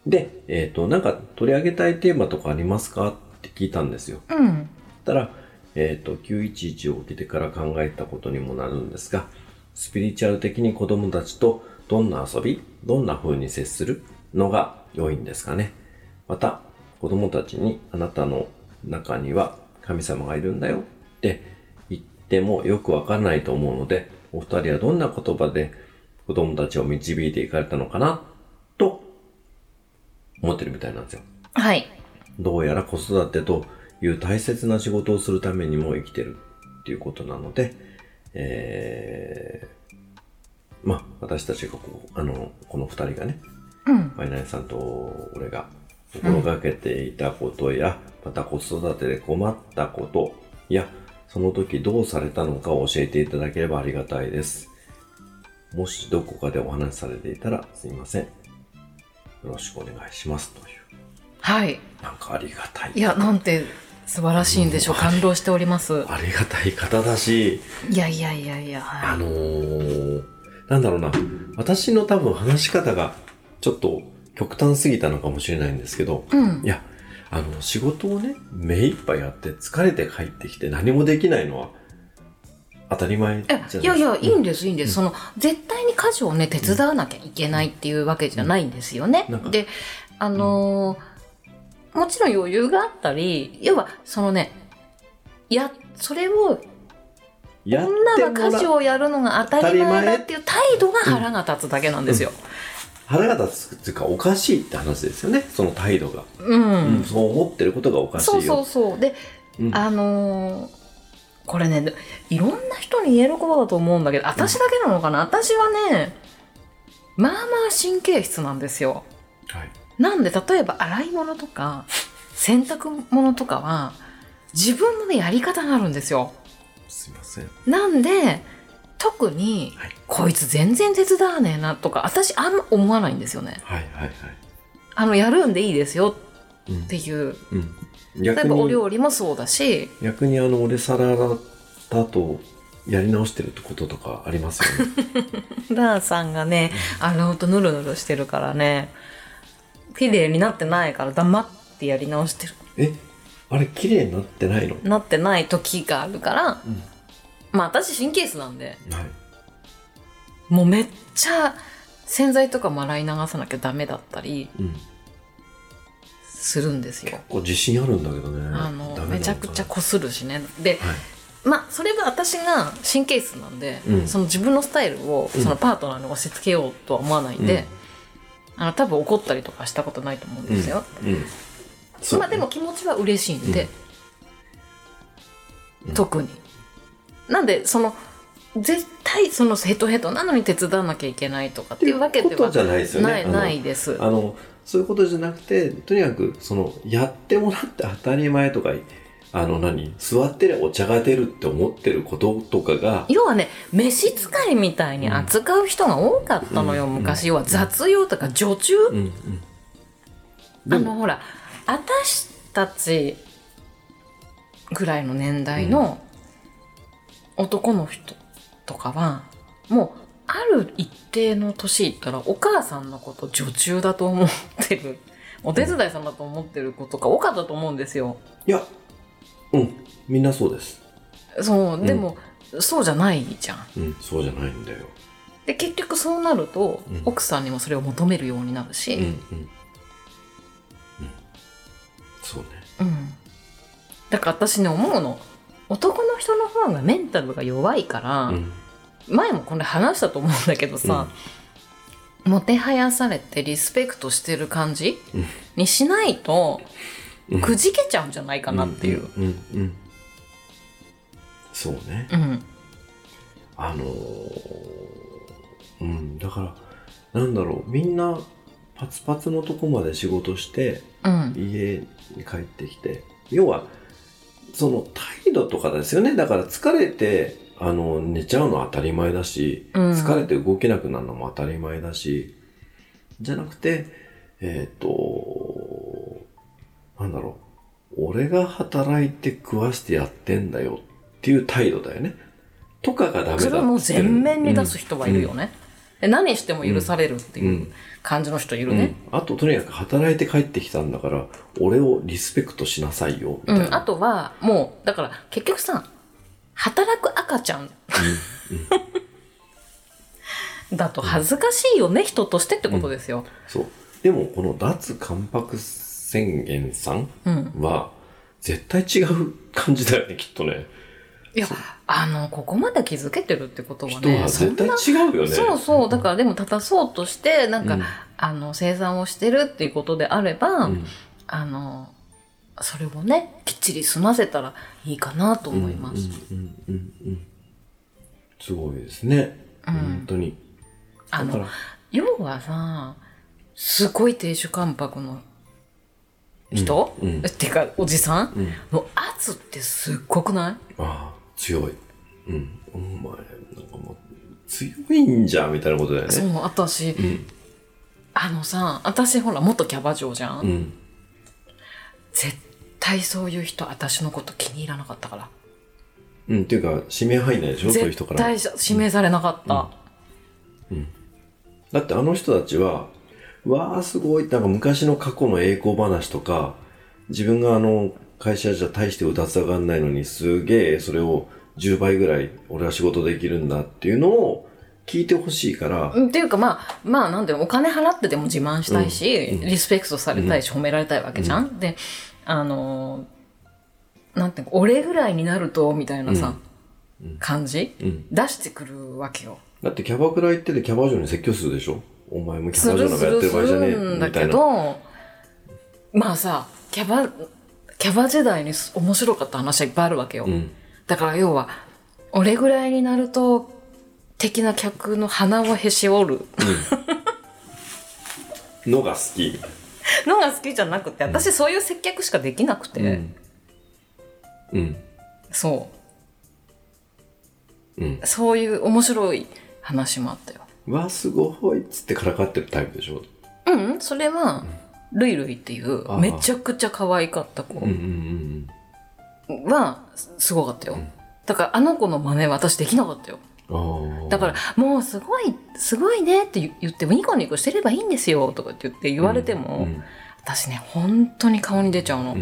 Speaker 1: でえっ、となんか取り上げたいテーマとかありますかって聞いたんですよ
Speaker 2: うん
Speaker 1: たら、えっ、と、911を受けてから考えたことにもなるんですが、スピリチュアル的に子供たちとどんな遊び、どんな風に接するのが良いんですかね。また、子供たちにあなたの中には神様がいるんだよって言ってもよくわかんないと思うので、お二人はどんな言葉で子供たちを導いていかれたのかなと思ってるみたいなんですよ。
Speaker 2: はい
Speaker 1: どうやら子育てという大切な仕事をするためにも生きてるっていうことなので、えー、まあ、私たちがこう、あの、この二人がね、
Speaker 2: うん
Speaker 1: マイナイさんと俺が心がけていたことや、また子育てで困ったことや、その時どうされたのかを教えていただければありがたいです。もしどこかでお話しされていたらすいません。よろしくお願いしますという、
Speaker 2: はい
Speaker 1: なんかありがたい
Speaker 2: いやなんて素晴らしいんでしょう
Speaker 1: うん
Speaker 2: 感動しております
Speaker 1: ありがたい方だし、
Speaker 2: いやいやいやいや
Speaker 1: あ
Speaker 2: はい
Speaker 1: のー、なんだろうな、私の多分話し方がちょっと極端すぎたのかもしれないんですけど、
Speaker 2: うん
Speaker 1: いや、あの、仕事をね、目いっぱいやって疲れて帰ってきて何もできないのは当たり前じゃないです
Speaker 2: え
Speaker 1: か。
Speaker 2: いやいや、いいんです、いいんで
Speaker 1: うん
Speaker 2: す。その、絶対に家事をね、手伝わなきゃいけないっていうわけじゃないんですよね
Speaker 1: うんなんか。
Speaker 2: で、あのーもちろん余裕があったり、要は、そのね、や、それを、
Speaker 1: やっても
Speaker 2: 女は家事
Speaker 1: ら
Speaker 2: をやるのが当たり前だっていう態度が腹が立つだけなんですよ。
Speaker 1: 腹が立つっていうかおかしいって話ですよね、その態度が。
Speaker 2: う
Speaker 1: うんん、。そう思ってることがおかしいよ。
Speaker 2: そうそうそう。で、
Speaker 1: うん
Speaker 2: あのーこれね、いろんな人に言えることだと思うんだけど、私だけなのかな私はね、まあまあ神経質なんですよ。
Speaker 1: はい
Speaker 2: なんで例えば洗い物とか洗濯物とかは自分のねやり方があるんですよ。
Speaker 1: すいません。
Speaker 2: なんで特に、
Speaker 1: はい
Speaker 2: こいつ全然手伝わねえなとか私あんま思わないんですよね。
Speaker 1: はいはいはい。
Speaker 2: あのやるんでいいですよ
Speaker 1: うん
Speaker 2: っていう
Speaker 1: うん、
Speaker 2: 例
Speaker 1: 逆
Speaker 2: えばお料理もそうだし
Speaker 1: 逆にあの俺皿だとやり直してるってこととかありますよね
Speaker 2: (laughs) ダーさんがね洗うとヌルヌルしてるからね綺麗になってないから黙ってやり直してる
Speaker 1: えあれ綺麗になってないの、
Speaker 2: なってない時があるから
Speaker 1: うん
Speaker 2: まあ私神経質なんで。
Speaker 1: はい、
Speaker 2: もうめっちゃ洗剤とかも洗い流さなきゃダメだったり
Speaker 1: うん、
Speaker 2: するんですよ。
Speaker 1: こう自信あるんだけどね
Speaker 2: あ
Speaker 1: ダメな
Speaker 2: の
Speaker 1: のかな
Speaker 2: めちゃくちゃこするしね。で、
Speaker 1: はい
Speaker 2: まあそれは私が神経質なんで、
Speaker 1: うん
Speaker 2: その自分のスタイルを
Speaker 1: うん
Speaker 2: そのパートナーに押し付けようとは思わないんで、あの多分怒ったりとかしたことないと思うんですよ。
Speaker 1: うん、うんそう
Speaker 2: まあでも気持ちは嬉しいんで、
Speaker 1: うん
Speaker 2: 特に。なんでその絶対そのヘトヘトなのに手伝わなきゃいけないとかっていうわけで
Speaker 1: こと
Speaker 2: は
Speaker 1: じゃないですよね
Speaker 2: ない
Speaker 1: あの
Speaker 2: ないです。
Speaker 1: あのそういうことじゃなくてとにかくそのやってもらって当たり前とかあの何座ってりゃお茶が出るって思ってることとかが
Speaker 2: 要はね召使いみたいに扱う人が多かったのよ、
Speaker 1: うん
Speaker 2: 昔は雑用とか女中、
Speaker 1: うんうん
Speaker 2: あ
Speaker 1: で
Speaker 2: の
Speaker 1: も
Speaker 2: ほら私たちぐらいの年代の男の人とかは、もうある一定の年いったらお母さんのこと女中だと思ってるお手伝い様だと思ってる子とか多かったと思うんですよ。
Speaker 1: いやうんみんなそうです
Speaker 2: そうで
Speaker 1: うん
Speaker 2: も、そうじゃないじゃん。
Speaker 1: うんそうじゃないんだよ
Speaker 2: で結局そうなると、
Speaker 1: うん
Speaker 2: 奥さんにもそれを求めるようになるし、
Speaker 1: うんうんうんそうね
Speaker 2: うん、だから私ね思うの男の人の方がメンタルが弱いから、
Speaker 1: うん
Speaker 2: 前もこれ話したと思うんだけどさ、もてはやされてリスペクトしてる感じ、
Speaker 1: うん
Speaker 2: にしないと
Speaker 1: うん
Speaker 2: くじけちゃうんじゃないかなっていう。
Speaker 1: うんうん、うんそうね
Speaker 2: うん
Speaker 1: あのーうんだからなんだろうみんなパツパツのとこまで仕事して
Speaker 2: うん
Speaker 1: 家に帰ってきて要はその態度とかですよねだから疲れてあの寝ちゃうのは当たり前だし、
Speaker 2: うん
Speaker 1: 疲れて動けなくなるのも当たり前だしじゃなくてえっ、となんだろう俺が働いて食わしてやってんだよっていう態度だよねとかがダメだって
Speaker 2: それはもう全面に出す人はいるよね、で何しても許されるって
Speaker 1: う
Speaker 2: いうん感じの人いる
Speaker 1: うん
Speaker 2: ね、
Speaker 1: あととにかく働いて帰ってきたんだから俺をリスペクトしなさいよみた
Speaker 2: う
Speaker 1: い
Speaker 2: ん
Speaker 1: な、
Speaker 2: あとはもうだから結局さ働く赤ちゃん (laughs) だと恥ずかしいよね、人としてってことですよ、
Speaker 1: そう。でも、この脱関白宣言さん
Speaker 2: うん
Speaker 1: は、絶対違う感じだよね、きっとね。
Speaker 2: いやあのここまで気づけてるってことは
Speaker 1: 人
Speaker 2: ね
Speaker 1: は
Speaker 2: そ
Speaker 1: 絶
Speaker 2: ん
Speaker 1: 対
Speaker 2: な
Speaker 1: 違うよね。
Speaker 2: そうそうだからでも立たそうとしてなんか、
Speaker 1: うん
Speaker 2: あの生産をしてるっていうことであれば、
Speaker 1: うん
Speaker 2: あのそれをねきっちり済ませたらいいかなと思います。
Speaker 1: うんうんうんうんすごいですね。
Speaker 2: うん
Speaker 1: 本当に。
Speaker 2: あ
Speaker 1: だから
Speaker 2: の、要はさすごい亭主関白の人、
Speaker 1: うんうん
Speaker 2: ってかおじさん、
Speaker 1: うん
Speaker 2: の圧ってすっごくない
Speaker 1: ああ、強い。うん。お前、なんかもう、強いんじゃん、みたいなことだよ
Speaker 2: そ
Speaker 1: ね。
Speaker 2: う私、
Speaker 1: ん
Speaker 2: あのさ私ほら元キャバ嬢じゃん、
Speaker 1: うん。
Speaker 2: 絶対そういう人私のこと気に入らなかったから
Speaker 1: うん、っていうか、指名入んないでしょ、そういう人
Speaker 2: 絶
Speaker 1: から。
Speaker 2: 対指名されなかった、
Speaker 1: だってあの人たちは、わあすごいってなんか昔の過去の栄光話とか、自分があの会社じゃ大してうだつ上がんないのにすげえそれを10倍ぐらい俺は仕事できるんだっていうのを聞いてほしいから、
Speaker 2: うんっていうかまあまあなんでお金払ってでも自慢したいし、
Speaker 1: うんうん
Speaker 2: リスペクトされたいし、褒められたいわけじゃん、であのーなんていうの俺ぐらいになるとみたいなさ、感じ、
Speaker 1: ん
Speaker 2: 出してくるわけよ
Speaker 1: だってキャバクラ行っててキャバ嬢に説教するでしょお前もキ
Speaker 2: す
Speaker 1: ャバ嬢
Speaker 2: る
Speaker 1: なん
Speaker 2: す
Speaker 1: かやっ
Speaker 2: る
Speaker 1: てる
Speaker 2: す
Speaker 1: 場合じゃねえ
Speaker 2: るんだ
Speaker 1: みた
Speaker 2: け
Speaker 1: いな。
Speaker 2: どまあさキャバキャバ時代に面白かった話はいっぱいあるわけよ、
Speaker 1: うん
Speaker 2: だから要は俺ぐらいになると的な客の鼻をへし折る
Speaker 1: のが好き。
Speaker 2: のが好きじゃなくて私そういう接客しかできなくて、
Speaker 1: うん。うん。
Speaker 2: そ
Speaker 1: うん。
Speaker 2: うそういう面白い話もあったよ
Speaker 1: わあすごいっつってからかってるタイプでしょ
Speaker 2: うんうんそれはルイルイっていう
Speaker 1: ああ
Speaker 2: めちゃくちゃ可愛かった子
Speaker 1: うんうんうん
Speaker 2: はすすごかったよだからあの子の真似私できなかったよ
Speaker 1: うん。ああ。
Speaker 2: だからもうすごいすごいねって言言ってニコニコしてればいいんですよとかって言って言われて
Speaker 1: う
Speaker 2: も、
Speaker 1: ん
Speaker 2: 私ね本当に顔に出ちゃうの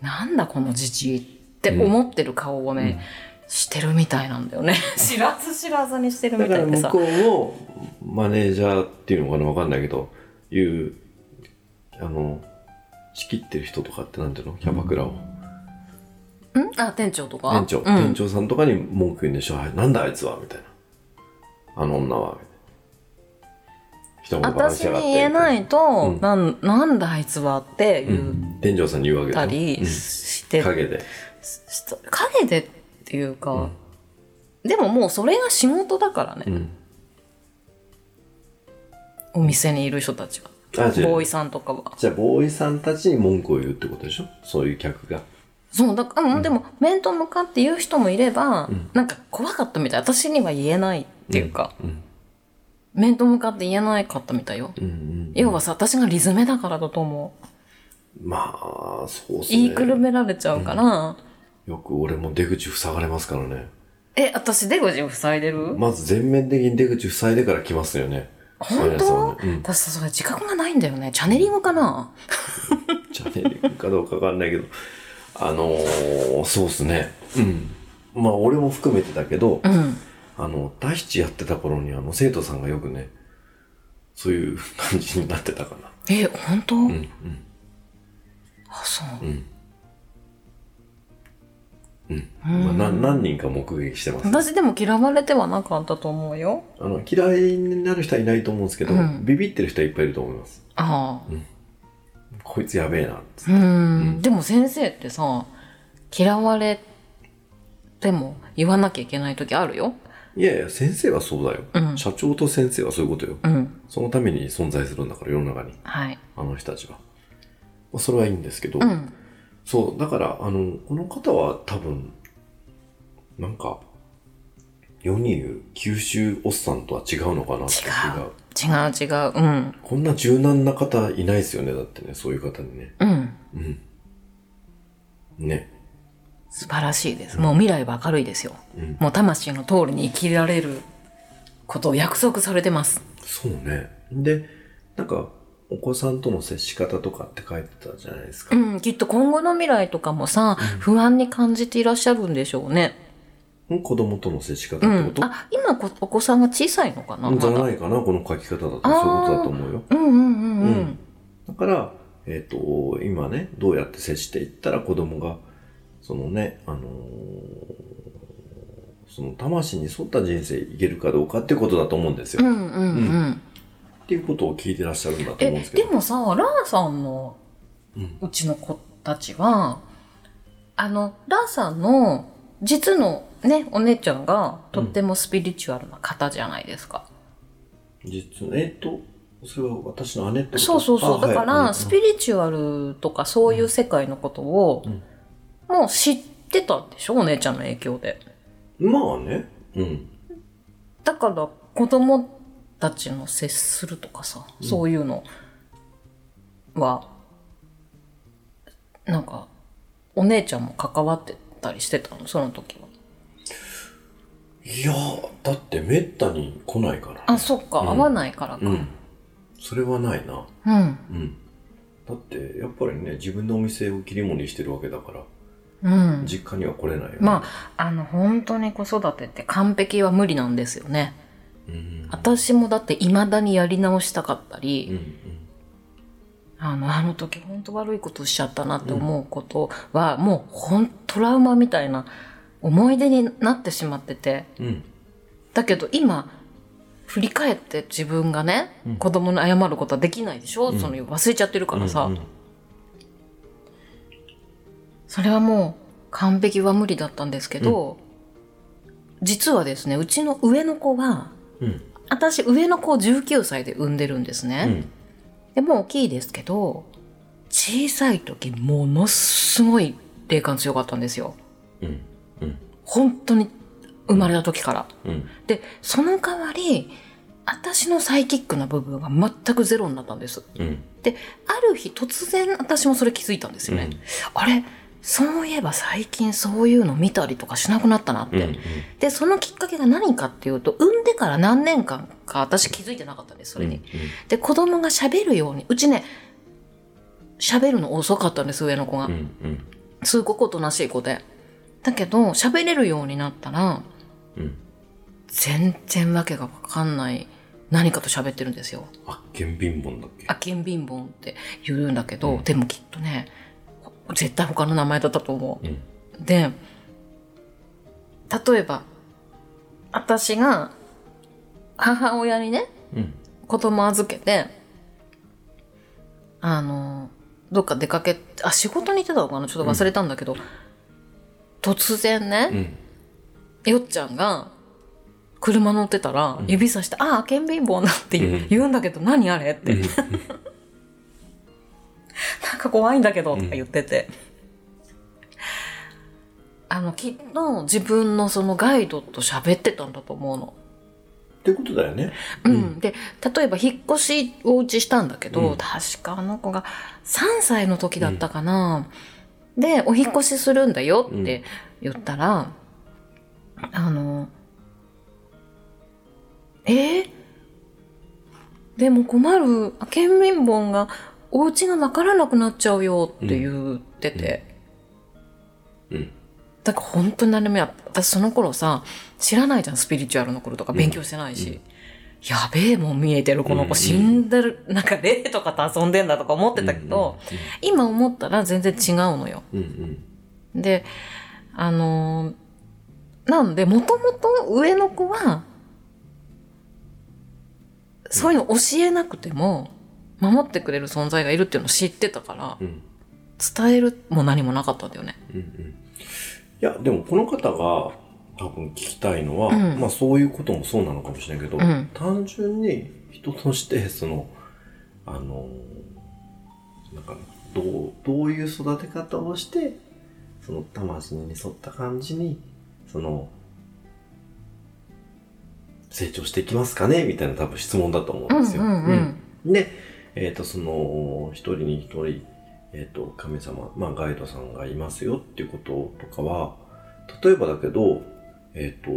Speaker 2: なんだこのじじいって思ってる顔をね、してるみたいなんだよね知らず知らずにしてる
Speaker 1: だ
Speaker 2: み
Speaker 1: か
Speaker 2: た
Speaker 1: ら
Speaker 2: いで
Speaker 1: 向
Speaker 2: さ
Speaker 1: こうをマネージャーっていうのかなわかんないけどいうあの仕切ってる人とかってなんていうのキャバクラを
Speaker 2: んあ店長とか
Speaker 1: 店長、
Speaker 2: うん
Speaker 1: 店長さんとかに文句言うんでしょあなんだあいつはみたいなあの女は人も
Speaker 2: 私に言えないと、
Speaker 1: うん
Speaker 2: なんなんだあいつはって言っ
Speaker 1: 店長さんに言うわけ
Speaker 2: た
Speaker 1: だよ、
Speaker 2: りして、
Speaker 1: うん陰で
Speaker 2: し陰でっていうか、でももうそれが仕事だからね、
Speaker 1: うん
Speaker 2: お店にいる人たちは
Speaker 1: あ違う
Speaker 2: ボーイさんとかは
Speaker 1: じゃあボーイさんたちに文句を言うってことでしょそういう客が
Speaker 2: そうだから、うん、でも面と向かって言う人もいれば、なんか怖かったみたい私には言えないっていうか、
Speaker 1: うん
Speaker 2: 面と向かって言えないかったみたいよ、
Speaker 1: うんうん
Speaker 2: 要はさ私がリズメだからだと思う
Speaker 1: まあそうっすね
Speaker 2: 言いくるめられちゃうから、
Speaker 1: よく俺も出口塞がれますからね
Speaker 2: え私出口を塞いでる
Speaker 1: まず全面的に出口塞いでから来ますよね。そう
Speaker 2: 本当、
Speaker 1: ですよね
Speaker 2: 私さそれ自覚がないんだよねチャネリングかな
Speaker 1: うん、チャネリングかどうかわかんないけど、あのー、そうっすね。うん。まあ、俺も含めてだけど、
Speaker 2: うん
Speaker 1: あの、大七やってた頃に、あの、生徒さんがよくね、そういう感じになってたかな。
Speaker 2: え本当、
Speaker 1: うん、うん。
Speaker 2: あそう
Speaker 1: うん。うん。
Speaker 2: うん
Speaker 1: まあ、な何人か目撃してます。
Speaker 2: 私でも嫌われてはなかったと思うよ
Speaker 1: あの嫌いになる人はいないと思うんですけど、
Speaker 2: うん
Speaker 1: ビビってる人はいっぱいいると思います。
Speaker 2: ああ
Speaker 1: こいつやべえなっつって
Speaker 2: うん
Speaker 1: うん
Speaker 2: でも先生ってさ嫌われても言わなきゃいけない時あるよ
Speaker 1: いやいや、先生はそうだよ、
Speaker 2: うん
Speaker 1: 社長と先生はそういうことよ。
Speaker 2: うん
Speaker 1: そのために存在するんだから、世の中に。
Speaker 2: はい
Speaker 1: あの人たちは。まあ、それはいいんですけど、
Speaker 2: うん
Speaker 1: そう、だから、あの、この方は多分、なんか、世に言う九州おっさんとは違うのかなって気が。
Speaker 2: 違う違ううん
Speaker 1: こんな柔軟な方いないですよね、だってね、そういう方にね。
Speaker 2: うん
Speaker 1: うん。ね。
Speaker 2: 素晴らしいですもう未来は明るいですよ
Speaker 1: うん。
Speaker 2: もう魂の通りに生きられることを約束されてます
Speaker 1: そうね。で、なんか、お子さんとの接し方とかって書いてたじゃないですか。
Speaker 2: うんきっと今後の未来とかもさ、不安に感じていらっしゃるんでしょうね
Speaker 1: 子供との接し方っ
Speaker 2: う
Speaker 1: てこ
Speaker 2: ん
Speaker 1: と、
Speaker 2: あ今こお子さんが小さいのかな
Speaker 1: うん
Speaker 2: ま
Speaker 1: じゃ
Speaker 2: だ
Speaker 1: ないかな、この書き方だと。そういうこと
Speaker 2: あー
Speaker 1: だと思うよ。
Speaker 2: うんうんうんう
Speaker 1: うんんだから、えっ、と、今ね、どうやって接していったら子供が、そのね、あのーその魂に沿った人生いけるかどうかっていうことだと思うんですよ。
Speaker 2: うんうんうん、
Speaker 1: うっていうことを聞いてらっしゃるんだと
Speaker 2: え
Speaker 1: 思うんですけ
Speaker 2: で
Speaker 1: ど。
Speaker 2: もさラーさんの
Speaker 1: うん
Speaker 2: うちの子たちはあのラーさんの実のねお姉ちゃんがとってもスピリチュアルな方じゃないですか、
Speaker 1: 実は、えっ、と、それは私の姉ってこと
Speaker 2: そうそうそう
Speaker 1: あ
Speaker 2: だから、
Speaker 1: はいうん
Speaker 2: スピリチュアルとかそういう世界のことを、
Speaker 1: うん
Speaker 2: もう知ってたんでしょお姉ちゃんの影響で
Speaker 1: まあね。うん。
Speaker 2: だから子供たちの接するとかさ、そういうのはなんかお姉ちゃんも関わってたりしてたのその時は。
Speaker 1: いやー、だってめったに来ないから、ね。
Speaker 2: あそっか、
Speaker 1: うん
Speaker 2: 合わないからか。
Speaker 1: う
Speaker 2: う
Speaker 1: んん。それはないな。
Speaker 2: うん
Speaker 1: うん。だって、やっぱりね、自分のお店を切り盛りしてるわけだから、実家には来れないよ、ね。
Speaker 2: まああの本当に子育てって完璧は無理なんですよね。
Speaker 1: うん、
Speaker 2: 私もだって未だにやり直したかったり、
Speaker 1: うん
Speaker 2: あの、あの時本当悪いことしちゃったなって思うことは、もうほんトラウマみたいな思い出になってしまってて。
Speaker 1: うんうん
Speaker 2: だけど今、振り返って自分がね、
Speaker 1: うん
Speaker 2: 子供に謝ることはできないでしょ、
Speaker 1: うん
Speaker 2: その忘れちゃってるからさ、
Speaker 1: うんうん
Speaker 2: それはもう完璧は無理だったんですけど、実はですね、うちの上の子は、
Speaker 1: うん
Speaker 2: 私上の子を19歳で産んでるんですね。
Speaker 1: うん
Speaker 2: でもう大きいですけど、小さい時ものすごい霊感強かったんですよ。
Speaker 1: うんうん
Speaker 2: 本当に生まれた時から。
Speaker 1: うん
Speaker 2: で、その代わり、私のサイキックな部分が全くゼロになったんです。
Speaker 1: うん
Speaker 2: で、ある日突然私もそれ気づいたんですよね。
Speaker 1: うん
Speaker 2: あれそういえば最近そういうの見たりとかしなくなったなって。
Speaker 1: うん
Speaker 2: で、そのきっかけが何かっていうと、産んでから何年間か私気づいてなかったんです、それに。で子供が喋るようにうちね喋るの遅かったんです上の子が、
Speaker 1: うんうん
Speaker 2: すごくおとなしい子でだけど喋れるようになったら
Speaker 1: うん
Speaker 2: 全然わけがわかんない何かと喋ってるんですよ
Speaker 1: あっけん貧乏だっけ
Speaker 2: あけんびんぼんって言うんだけど、
Speaker 1: うん
Speaker 2: でもきっとねほ絶対他の名前だったと思
Speaker 1: うん
Speaker 2: うで例えば私が母親にね
Speaker 1: うん
Speaker 2: 子供預けて、あの、どっか出かけ、あ、仕事に行ってたのかなちょっと忘れたんだけど、突然
Speaker 1: う
Speaker 2: ね、
Speaker 1: ん
Speaker 2: よっちゃんが、車乗ってたら、指さして、ああ、けん貧乏なって言
Speaker 1: う
Speaker 2: う,、
Speaker 1: ん
Speaker 2: 言うんだけど、何あれって、 (laughs)
Speaker 1: うん
Speaker 2: なんか怖いんだけど、とか言ってて。あの、きっと自分のそのガイドと喋ってたんだと思うの。
Speaker 1: ってことだよね
Speaker 2: うん
Speaker 1: うん
Speaker 2: で例えば引っ越しをうちしたんだけど、
Speaker 1: うん
Speaker 2: 確かあの子が3歳の時だったかな、でお引っ越しするんだよって言ったら、あのえーでも困る県民本がお家が分からなくなっちゃうよって言ってて、
Speaker 1: うん
Speaker 2: だから本当に何もや私その頃さ知らないじゃんスピリチュアルの頃とか
Speaker 1: うん
Speaker 2: 勉強してないし、やべえもん見えてる、この
Speaker 1: うんう
Speaker 2: 子
Speaker 1: ん
Speaker 2: 死んでる、なんか霊とかと遊んでんだとか思ってたけど、今思ったら全然違うのよ。
Speaker 1: うんうん
Speaker 2: で、あのーなんで、もともと上の子は、そういうの教えなくても、守ってくれる存在がいるっていうのを知ってたから、
Speaker 1: うん
Speaker 2: 伝えるも何もなかったんだよね。
Speaker 1: うんうんいやでもこの方が多分聞きたいのは、
Speaker 2: うん
Speaker 1: まあそういうこともそうなのかもしれないけど、
Speaker 2: うん
Speaker 1: 単純に人としてそのあのなんかどうどういう育て方をしてその魂に沿った感じにその成長していきますかねみたいな多分質問だと思うんですよ。
Speaker 2: うんうんうん
Speaker 1: で、えっ、と、その、一人に一人、えっ、と、神様、まあ、ガイドさんがいますよっていうこととかは、例えばだけど、えっ、と、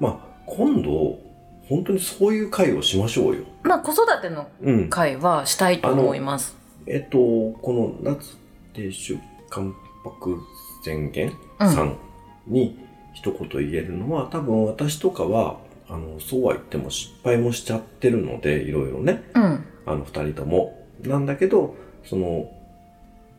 Speaker 1: まあ、今度、本当にそういう会をしましょうよ。
Speaker 2: まあ子育ての
Speaker 1: うん。
Speaker 2: 会はしたいと思います。
Speaker 1: えっ、と、この夏亭主関白宣言
Speaker 2: うん
Speaker 1: さんに一言言えるのは、多分私とかは、あの、そうは言っても失敗もしちゃってるので、いろいろね。
Speaker 2: うん。
Speaker 1: あの二人とも。なんだけど、その、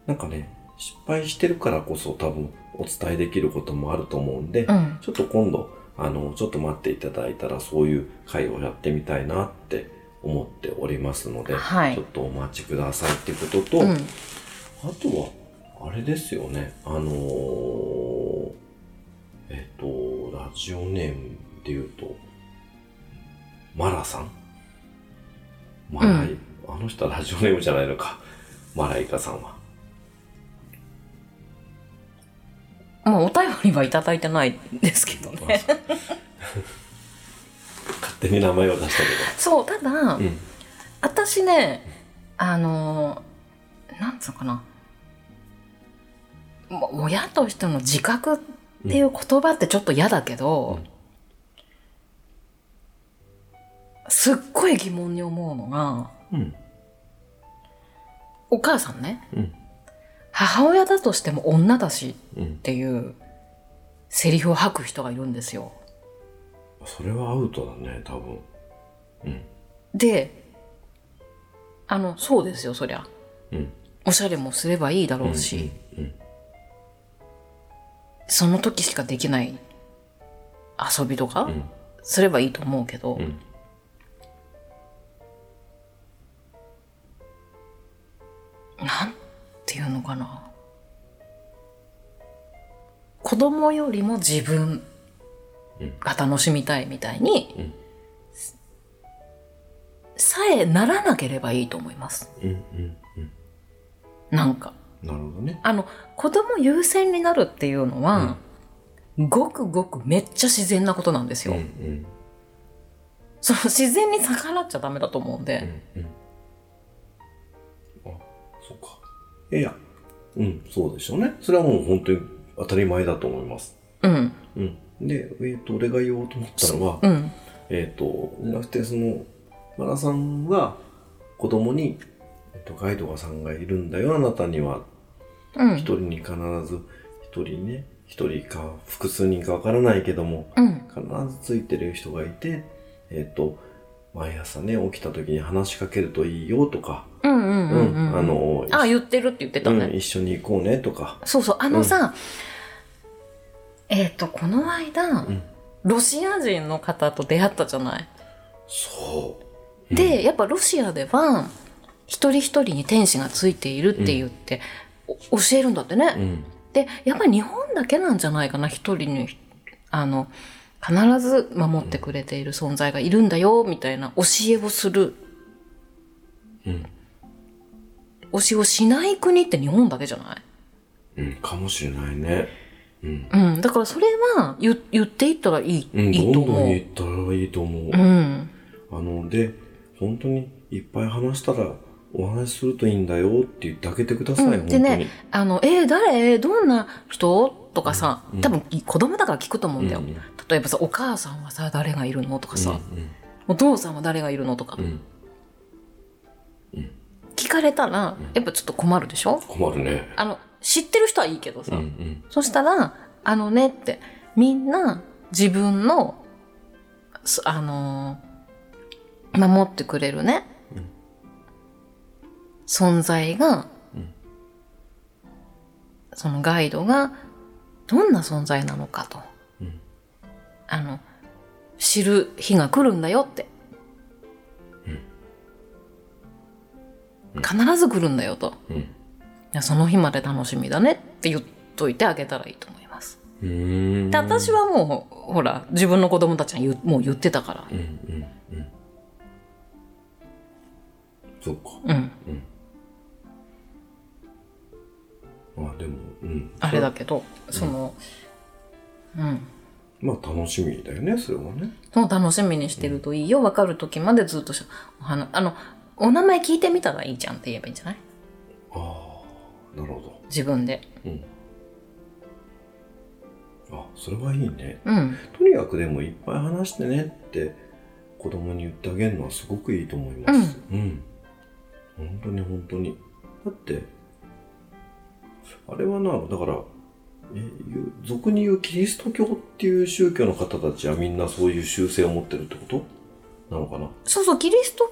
Speaker 1: なんかね、失敗してるからこそ多分お伝えできることもあると思うんで、
Speaker 2: うん。
Speaker 1: ちょっと今度、あの、ちょっと待っていただいたらそういう会をやってみたいなって思っておりますので、
Speaker 2: はい
Speaker 1: ちょっとお待ちくださいっていうことと、
Speaker 2: うん
Speaker 1: あ。とは、あれですよね、あのーえっと、ラジオネームで言うと、マラさんマライ、あの人はラジオネームじゃないのか。マライカさん
Speaker 2: (laughs)
Speaker 1: は。
Speaker 2: まあお便りはいただいてないんですけどね。
Speaker 1: 勝手に名前を出した
Speaker 2: そう、ただ、
Speaker 1: けど。うん。
Speaker 2: 私ね、あのーなんつうのかな。も親としての自覚っていう言葉ってちょっと嫌だけど、
Speaker 1: うん
Speaker 2: すっごい疑問に思うのが、
Speaker 1: うん。
Speaker 2: お母さんね、
Speaker 1: うん
Speaker 2: 母親だとしても女だし
Speaker 1: うん
Speaker 2: っ。ていうセリフを吐く人がいるんですよ。
Speaker 1: それはアウトだね、多分。
Speaker 2: で、あの、そうですよ、そりゃ。
Speaker 1: うん。
Speaker 2: おしゃれもすればいいだろうし、
Speaker 1: うん。
Speaker 2: その時しかできない遊びとか
Speaker 1: うん。
Speaker 2: すればいいと思うけど、
Speaker 1: うん。
Speaker 2: なんていうのかな。子供よりも自分が楽しみたいみたいに、
Speaker 1: うん
Speaker 2: さえならなければいいと思います。
Speaker 1: うん。うん。うん。
Speaker 2: なんか。
Speaker 1: なるほどね。
Speaker 2: あの、子供優先になるっていうのは、ごくごくめっちゃ自然なことなんです
Speaker 1: うん。
Speaker 2: よ。
Speaker 1: うん。
Speaker 2: その自然に逆らっちゃダメだと思うん
Speaker 1: う
Speaker 2: で。
Speaker 1: ん。うん。あ、そうか。いやいや。うん、そうでしょうね。それはもう本当に当たり前だと思います。
Speaker 2: うん。
Speaker 1: うん。で、えっ、と、俺が言おうと思ったのは、
Speaker 2: うん。
Speaker 1: えっ、と、じゃなくて、その、マラさんは子供に、えっと、ガイドさんがいるんだよ、あなたには。
Speaker 2: うん。
Speaker 1: 一人に必ず、一人ね、一人か複数人かわからないけども、
Speaker 2: うん。
Speaker 1: 必ずついてる人がいて、えっ、と、毎朝ね、起きた時に話しかけるといいよとか、
Speaker 2: うんう
Speaker 1: うん
Speaker 2: うんうん。
Speaker 1: あ、の、
Speaker 2: あ、言ってるって言ってたね。
Speaker 1: うん一緒に行こうねとか、
Speaker 2: そうそう、あのさ、えっ、と、この間、
Speaker 1: ん
Speaker 2: ロシア人の方と出会ったじゃない。
Speaker 1: そう。
Speaker 2: で、やっぱロシアでは、一人一人に天使がついているって言って、お教えるんだってね。
Speaker 1: うん、
Speaker 2: で、やっぱり日本だけなんじゃないかな、一人に、あの、必ず守ってくれている存在がいるんだよ、みたいな教えをする。
Speaker 1: うん
Speaker 2: 教えをしない国って日本だけじゃない
Speaker 1: うん、うん、かもしれないね。うん。
Speaker 2: うん。だからそれは言言っていったらいい、
Speaker 1: うん、
Speaker 2: いいと
Speaker 1: どんどん
Speaker 2: 思う。
Speaker 1: 言ったらいいと思う。
Speaker 2: うん。
Speaker 1: あので本当にいっぱい話したらお話しするといいんだよって言ってあげてください、
Speaker 2: うん
Speaker 1: 本
Speaker 2: で
Speaker 1: 当
Speaker 2: ね
Speaker 1: に、
Speaker 2: あの、えー誰どんな人とかさ
Speaker 1: うん、
Speaker 2: 多分子供だから聞くと思うんだよ。
Speaker 1: うんうん
Speaker 2: 例えばさ、お母さんはさ、誰がいるのとかさ、
Speaker 1: う
Speaker 2: お父さんは誰がいるのとか
Speaker 1: ん、うんうん、
Speaker 2: 聞かれたら、やっぱちょっと困るでしょ
Speaker 1: 困るね
Speaker 2: あの、知ってる人はいいけど
Speaker 1: う
Speaker 2: さ、
Speaker 1: んうん
Speaker 2: そしたら、あのねって、みんな自分のすあのー守ってくれるね、
Speaker 1: うん
Speaker 2: 存在が、
Speaker 1: うん
Speaker 2: そのガイドがどんな存在なのかと、
Speaker 1: うん
Speaker 2: あの知る日が来るんだよって、
Speaker 1: うん
Speaker 2: 必ず来るんだよと、
Speaker 1: うんうん
Speaker 2: いやその日まで楽しみだねって言っといてあげたらいいと思います。
Speaker 1: うーん
Speaker 2: で私はもうほら自分の子供たちに言うもう言ってたから
Speaker 1: うんうんうんそっか
Speaker 2: うん
Speaker 1: まあでもうん
Speaker 2: あれだけどそのうん
Speaker 1: まあ楽しみだよねそれはね
Speaker 2: その楽しみにしてるといいよ分かる時までずっとしお話あのお名前聞いてみたらいいじゃんって言えばいいんじゃない
Speaker 1: ああなるほど
Speaker 2: 自分で
Speaker 1: うんあそれはいいね
Speaker 2: うん
Speaker 1: とにかくでもいっぱい話してねって子供に言ってあげるのはすごくいいと思いますうん、本当に本当にだってあれはなだからえゆ俗に言うキリスト教っていう宗教の方たちはみんなそういう習性を持ってるってことなのかな
Speaker 2: そうそうキリスト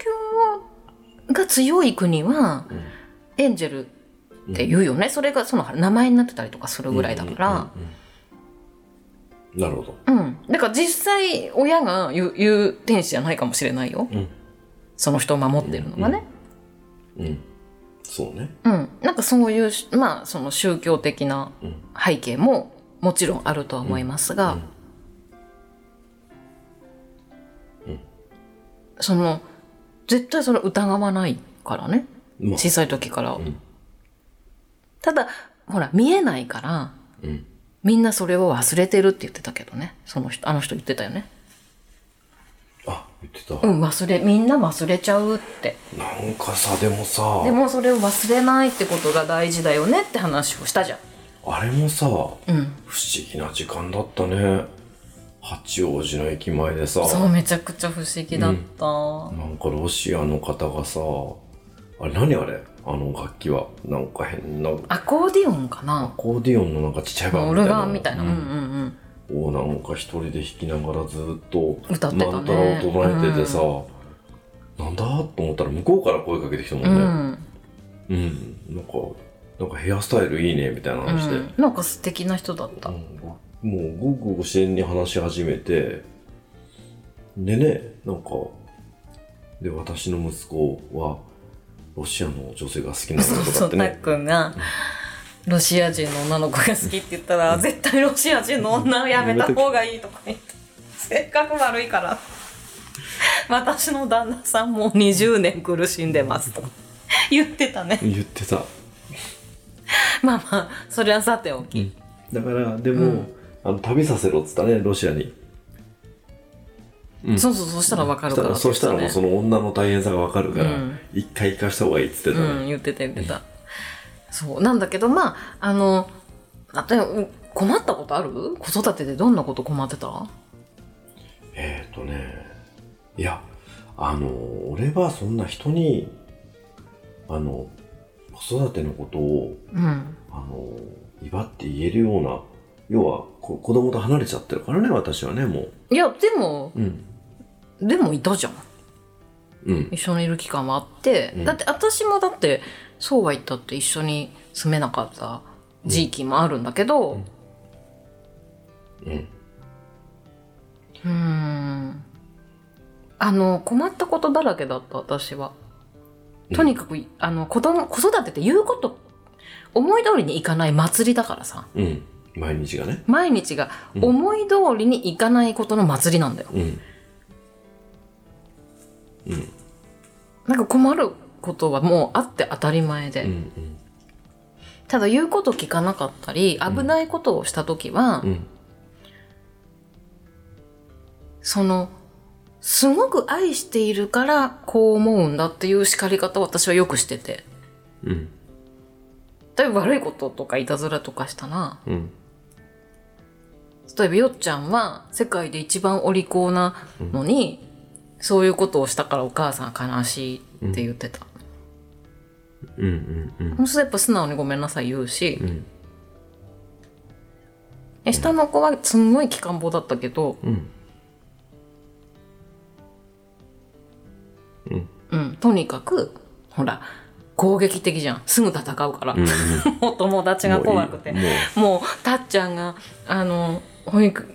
Speaker 2: 教が強い国は
Speaker 1: うん
Speaker 2: エンジェルって言うよねそれがその名前になってたりとかするぐらいだから、
Speaker 1: うんうんうんなるほど
Speaker 2: うん。だから実際、親が言う言う天使じゃないかもしれないよ。
Speaker 1: うん
Speaker 2: その人を守ってるのがね。
Speaker 1: うんそうね
Speaker 2: うん、なんかそういうし、まあ、その宗教的な
Speaker 1: うん
Speaker 2: 背景ももちろんあるとは思いますが、その、絶対それ疑わないからね。
Speaker 1: まあ
Speaker 2: 小さい時から。
Speaker 1: ん
Speaker 2: ただ、ほら、見えないから、
Speaker 1: うん
Speaker 2: みんなそれを忘れてるって言ってたけどね。その人、あの人言ってたよね。
Speaker 1: あ言ってた、
Speaker 2: うん、忘れ、みんな忘れちゃうって。
Speaker 1: なんかさでもさ
Speaker 2: でもそれを忘れないってことが大事だよねって話をしたじゃん。
Speaker 1: あれもさ、
Speaker 2: うん。
Speaker 1: 不思議な時間だったね八王子の駅前でさ
Speaker 2: そう、めちゃくちゃ不思議だった。
Speaker 1: なんかロシアの方がさあれ何あれあの楽器はなんか変な
Speaker 2: アコーディオンか
Speaker 1: ア
Speaker 2: な
Speaker 1: コーディオンのなんかちっちゃいバン
Speaker 2: オ
Speaker 1: みた
Speaker 2: ル
Speaker 1: いな
Speaker 2: ガンみたいな。うんうんうん。
Speaker 1: をなんか一人で弾きながらずっと
Speaker 2: 歌ってたね
Speaker 1: なんたらを唱えててさ、なんだと思ったら向こうから声かけてきたも
Speaker 2: うん
Speaker 1: ね
Speaker 2: ん、
Speaker 1: うん、なんかなんかヘアスタイルいいねみたいな話で、
Speaker 2: うんなんか素敵な人だった。
Speaker 1: うんもうごくごく自然に話し始めてでねなんかで私の息子はロシアの女性が好きな
Speaker 2: そ
Speaker 1: の
Speaker 2: う
Speaker 1: と
Speaker 2: そ
Speaker 1: かっ
Speaker 2: う、
Speaker 1: て
Speaker 2: たっ
Speaker 1: ね
Speaker 2: くんが、ロシア人の女の子が好きって言ったら、絶対ロシア人の女をやめた方がいいとか言って、せっかく悪いから。私の旦那さんもう20年苦しんでますとか言ってたね。
Speaker 1: 言ってた、
Speaker 2: まあまあ、それはさておき。
Speaker 1: だからでも、あの旅させろっつったねロシアに
Speaker 2: そうそう、そうしたらわかるからって
Speaker 1: そ
Speaker 2: 言
Speaker 1: う
Speaker 2: って
Speaker 1: した
Speaker 2: た
Speaker 1: ら
Speaker 2: ね。
Speaker 1: もうその女の大変さがわかるから、
Speaker 2: うん
Speaker 1: 一回行かした方がいいっつってたね、
Speaker 2: うん、言ってた言ってた。そう。なんだけど、まあ、あの、あと、う困ったことある子育てでどんなこと困ってた
Speaker 1: えっ、ー、とね、いや、あの、俺はそんな人に、あの、子育てのことを、
Speaker 2: うん。
Speaker 1: あの、威張って言えるような、要はこ子供と離れちゃってるからね、私はね、も
Speaker 2: いや、でも、
Speaker 1: う。うん。
Speaker 2: でもいたじゃん。
Speaker 1: うん。
Speaker 2: 一緒にいる期間はあって。
Speaker 1: うん
Speaker 2: だって、私もだって、そうは言ったって一緒に住めなかった時期もあるんだけど、
Speaker 1: うんうん。
Speaker 2: うーんあの困ったことだらけだった私はとにかく、あの子供子育てって言うこと思い通りにいかない祭りだからさ
Speaker 1: うん。毎日がね。
Speaker 2: 毎日が
Speaker 1: うん
Speaker 2: 思い通りにいかないことの祭りなんだよ、
Speaker 1: うん。
Speaker 2: なんか困ることはもうあって当たり前で、
Speaker 1: うん。うん。
Speaker 2: ただ言うこと聞かなかったり
Speaker 1: ん
Speaker 2: 危ないことをした時は、
Speaker 1: うん。
Speaker 2: そのすごく愛しているからこう思うんだっていう叱り方を私はよくしてて
Speaker 1: うん。
Speaker 2: 例えば悪いこととかいたずらとかしたら
Speaker 1: うん。
Speaker 2: 例えばよっちゃんは世界で一番お利口なのに、そういうことをしたからお母さん悲しいって言ってた、
Speaker 1: うん。うん。
Speaker 2: そうするとやっぱ素直にごめんなさい言うし
Speaker 1: う、ん。
Speaker 2: え下の子はすんごい期間棒だったけど
Speaker 1: うん。
Speaker 2: とにかくほら攻撃的じゃんすぐ戦うから、
Speaker 1: うん
Speaker 2: (laughs) もう友達が怖くて
Speaker 1: もういい
Speaker 2: もうたっちゃんがあの保育